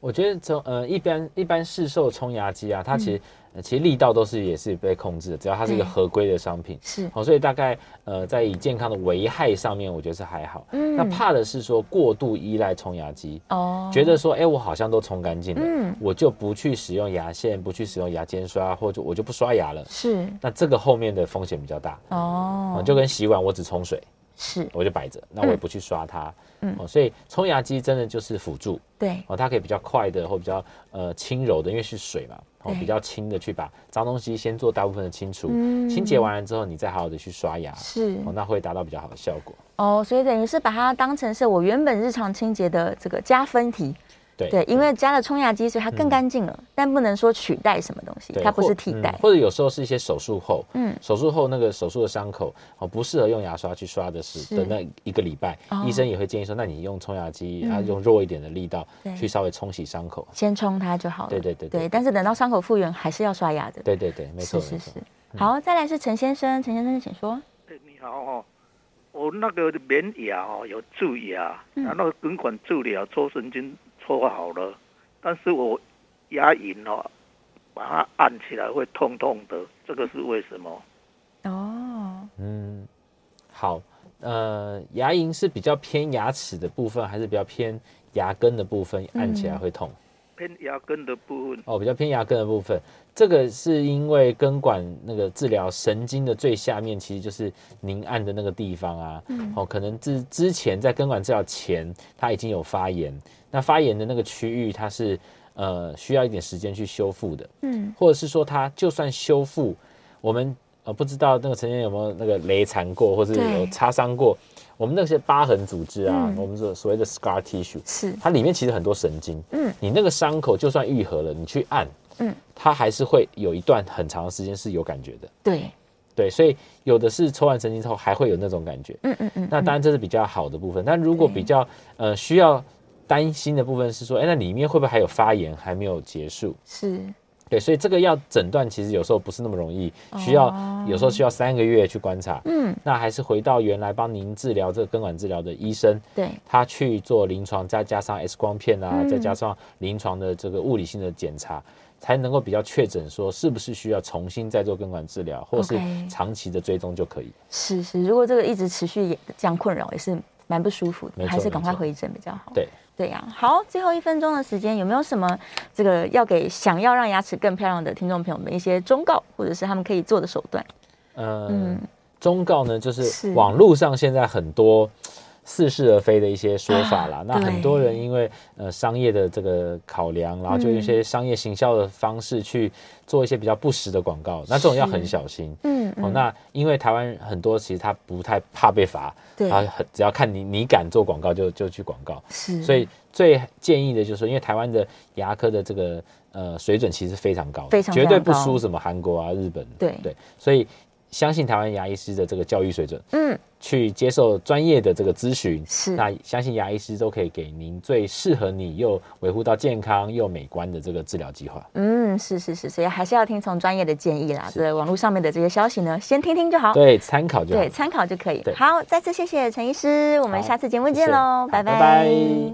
[SPEAKER 3] 我觉得从呃一般一般市售冲牙机啊，它其实、呃其实力道都是也是被控制的，只要它是一
[SPEAKER 2] 嗯
[SPEAKER 3] 个
[SPEAKER 2] 对
[SPEAKER 3] 合规的商品。哦
[SPEAKER 2] 是，
[SPEAKER 3] 好、所以大概呃，在以健康的危害上面，我觉得是还好。
[SPEAKER 2] 嗯
[SPEAKER 3] 那怕的是说过度依赖冲牙机，
[SPEAKER 2] 哦，
[SPEAKER 3] 觉得说，哎、我好像都冲干净了，
[SPEAKER 2] 嗯
[SPEAKER 3] 我就不去使用牙线，不去使用牙尖刷，或者我就不刷牙了。
[SPEAKER 2] 是
[SPEAKER 3] 那这个后面的风险比较大，
[SPEAKER 2] 哦
[SPEAKER 3] 啊，，就跟洗碗我只冲水，
[SPEAKER 2] 是，
[SPEAKER 3] 我就摆着，那我也不去刷它。
[SPEAKER 2] 嗯
[SPEAKER 3] 哦，所以冲牙机真的就是辅助
[SPEAKER 2] 对，
[SPEAKER 3] 哦，它可以比较快的或比较呃轻柔的，因为是水嘛，哦，
[SPEAKER 2] 对
[SPEAKER 3] 比较轻的去把脏东西先做大部分的清除，
[SPEAKER 2] 嗯
[SPEAKER 3] 清洁完了之后，你再好好的去刷牙，
[SPEAKER 2] 是
[SPEAKER 3] 哦，那会达到比较好的效果。
[SPEAKER 2] 哦，所以等于是把它当成是我原本日常清洁的这个加分题。
[SPEAKER 3] 对嗯
[SPEAKER 2] 对，因为加了冲牙机，所以它更干净了，但不能说取代什么东西，
[SPEAKER 3] 对
[SPEAKER 2] 它不是
[SPEAKER 3] 或
[SPEAKER 2] 替
[SPEAKER 3] 嗯
[SPEAKER 2] 代。
[SPEAKER 3] 或者有时候是一些手术后，
[SPEAKER 2] 嗯
[SPEAKER 3] 手术后那个手术的伤口哦，不适合用牙刷去刷的
[SPEAKER 2] 是
[SPEAKER 3] 是的那一个礼拜
[SPEAKER 2] 哦，
[SPEAKER 3] 医生也会建议说，那你用冲牙机
[SPEAKER 2] 嗯
[SPEAKER 3] 啊，用弱一点的力道
[SPEAKER 2] 对
[SPEAKER 3] 去稍微冲洗伤口。
[SPEAKER 2] 先冲它就好了。
[SPEAKER 3] 对对对对
[SPEAKER 2] 对，但是等到伤口复原，还是要刷牙的。，
[SPEAKER 3] 对对对，没错
[SPEAKER 2] 是
[SPEAKER 3] 没
[SPEAKER 2] 是
[SPEAKER 3] 错嗯
[SPEAKER 2] 是。。好，再来是陈先生，陈先生请说。
[SPEAKER 6] 哎你好哦，我那个免牙哦，有蛀牙，
[SPEAKER 2] 嗯
[SPEAKER 6] 然后根管治疗抽神经抽好了，但是我牙龈哦，把它按起来会痛痛的，这个是为什么？
[SPEAKER 2] 哦，
[SPEAKER 3] 嗯，好，呃，牙龈是比较偏牙齿的部分，还是比较偏牙根的部分？按
[SPEAKER 2] 嗯
[SPEAKER 3] 起来会痛。
[SPEAKER 6] 偏牙根的部分
[SPEAKER 3] 哦，比较偏牙根的部分，这个是因为根管那个治疗神经的最下面，其实就是凝按的那个地方啊。
[SPEAKER 2] 嗯
[SPEAKER 3] 哦，可能之之前在根管治疗前，它已经有发炎，那发炎的那个区域，它是呃需要一点时间去修复的，
[SPEAKER 2] 嗯，
[SPEAKER 3] 或者是说它就算修复，我们呃不知道那个曾经有没有那个雷残过，或是
[SPEAKER 2] 对
[SPEAKER 3] 有擦伤过，我们那些疤痕组织啊，
[SPEAKER 2] 嗯
[SPEAKER 3] 我们所所谓的 scar tissue，
[SPEAKER 2] 是
[SPEAKER 3] 它里面其实很多神经，
[SPEAKER 2] 嗯
[SPEAKER 3] 嗯，你那个伤口就算愈合了，你去按，
[SPEAKER 2] 嗯
[SPEAKER 3] 嗯，它还是会有一段很长的时间是有感觉的，
[SPEAKER 2] 对，
[SPEAKER 3] 对，所以有的是抽完神经之后还会有那种感觉，
[SPEAKER 2] 嗯嗯嗯，
[SPEAKER 3] 那当然这是比较好的部分，但如果比较呃需要担心的部分是说，哎、那里面会不会还有发炎还没有结束？
[SPEAKER 2] 是
[SPEAKER 3] 对，所以这个要诊断其实有时候不是那么容易，需要、有时候需要三个月去观察，
[SPEAKER 2] 嗯
[SPEAKER 3] 那还是回到原来帮您治疗这个根管治疗的医生，
[SPEAKER 2] 对，
[SPEAKER 3] 他去做临床，再加上 X 光片啊，
[SPEAKER 2] 嗯
[SPEAKER 3] 再加上临床的这个物理性的检查，才能够比较确诊说是不是需要重新再做根管治疗，或是
[SPEAKER 2] OK 哦
[SPEAKER 3] 长期的追踪就可以。
[SPEAKER 2] 是是。如果这个一直持续也这样困扰，也是蛮不舒服
[SPEAKER 3] 没
[SPEAKER 2] 的，
[SPEAKER 3] 错
[SPEAKER 2] 还是赶快
[SPEAKER 3] 没错
[SPEAKER 2] 回诊比较好。
[SPEAKER 3] 对，
[SPEAKER 2] 对呀、好，最后一分钟的时间，有没有什么这个要给想要让牙齿更漂亮的听众朋友们一些忠告，或者是他们可以做的手段？
[SPEAKER 3] 嗯，
[SPEAKER 2] 嗯，
[SPEAKER 3] 忠告呢，就是是网络上现在很多似是而非的一些说法啦。
[SPEAKER 2] 啊
[SPEAKER 3] 那很多人因为呃商业的这个考
[SPEAKER 2] 嗯
[SPEAKER 3] 量，然后就用一些商业行销的方式去做一些比较不实的广告，那这种要很小心。
[SPEAKER 2] 嗯，
[SPEAKER 3] 哦，
[SPEAKER 2] 嗯
[SPEAKER 3] 那因为台湾很多其实他不太怕被罚，
[SPEAKER 2] 对
[SPEAKER 3] 他很只要看你你敢做广告就就去广告，
[SPEAKER 2] 是，
[SPEAKER 3] 所以最建议的就是，因为台湾的牙科的这个呃水准其实非常高的，
[SPEAKER 2] 非常
[SPEAKER 3] 绝对
[SPEAKER 2] 非常
[SPEAKER 3] 不
[SPEAKER 2] 高
[SPEAKER 3] 输什么韩国啊、日本，
[SPEAKER 2] 对
[SPEAKER 3] 对，所以相信台湾牙医师的这个教育水准，
[SPEAKER 2] 嗯，
[SPEAKER 3] 去接受专业的这个咨询，
[SPEAKER 2] 是
[SPEAKER 3] 那相信牙医师都可以给您最适合你又维护到健康又美观的这个治疗计划。
[SPEAKER 2] 嗯，是是是，所以还是要听从专业的建议啦。这网络上面的这些消息呢，先听听就好，
[SPEAKER 3] 对，参考就好
[SPEAKER 2] 对，。参考就可以。
[SPEAKER 3] 对
[SPEAKER 2] 好，再次谢谢陈医师，我们
[SPEAKER 3] 好
[SPEAKER 2] 下次节目
[SPEAKER 3] 谢
[SPEAKER 2] 见
[SPEAKER 3] 谢
[SPEAKER 2] 喽，
[SPEAKER 3] 好拜拜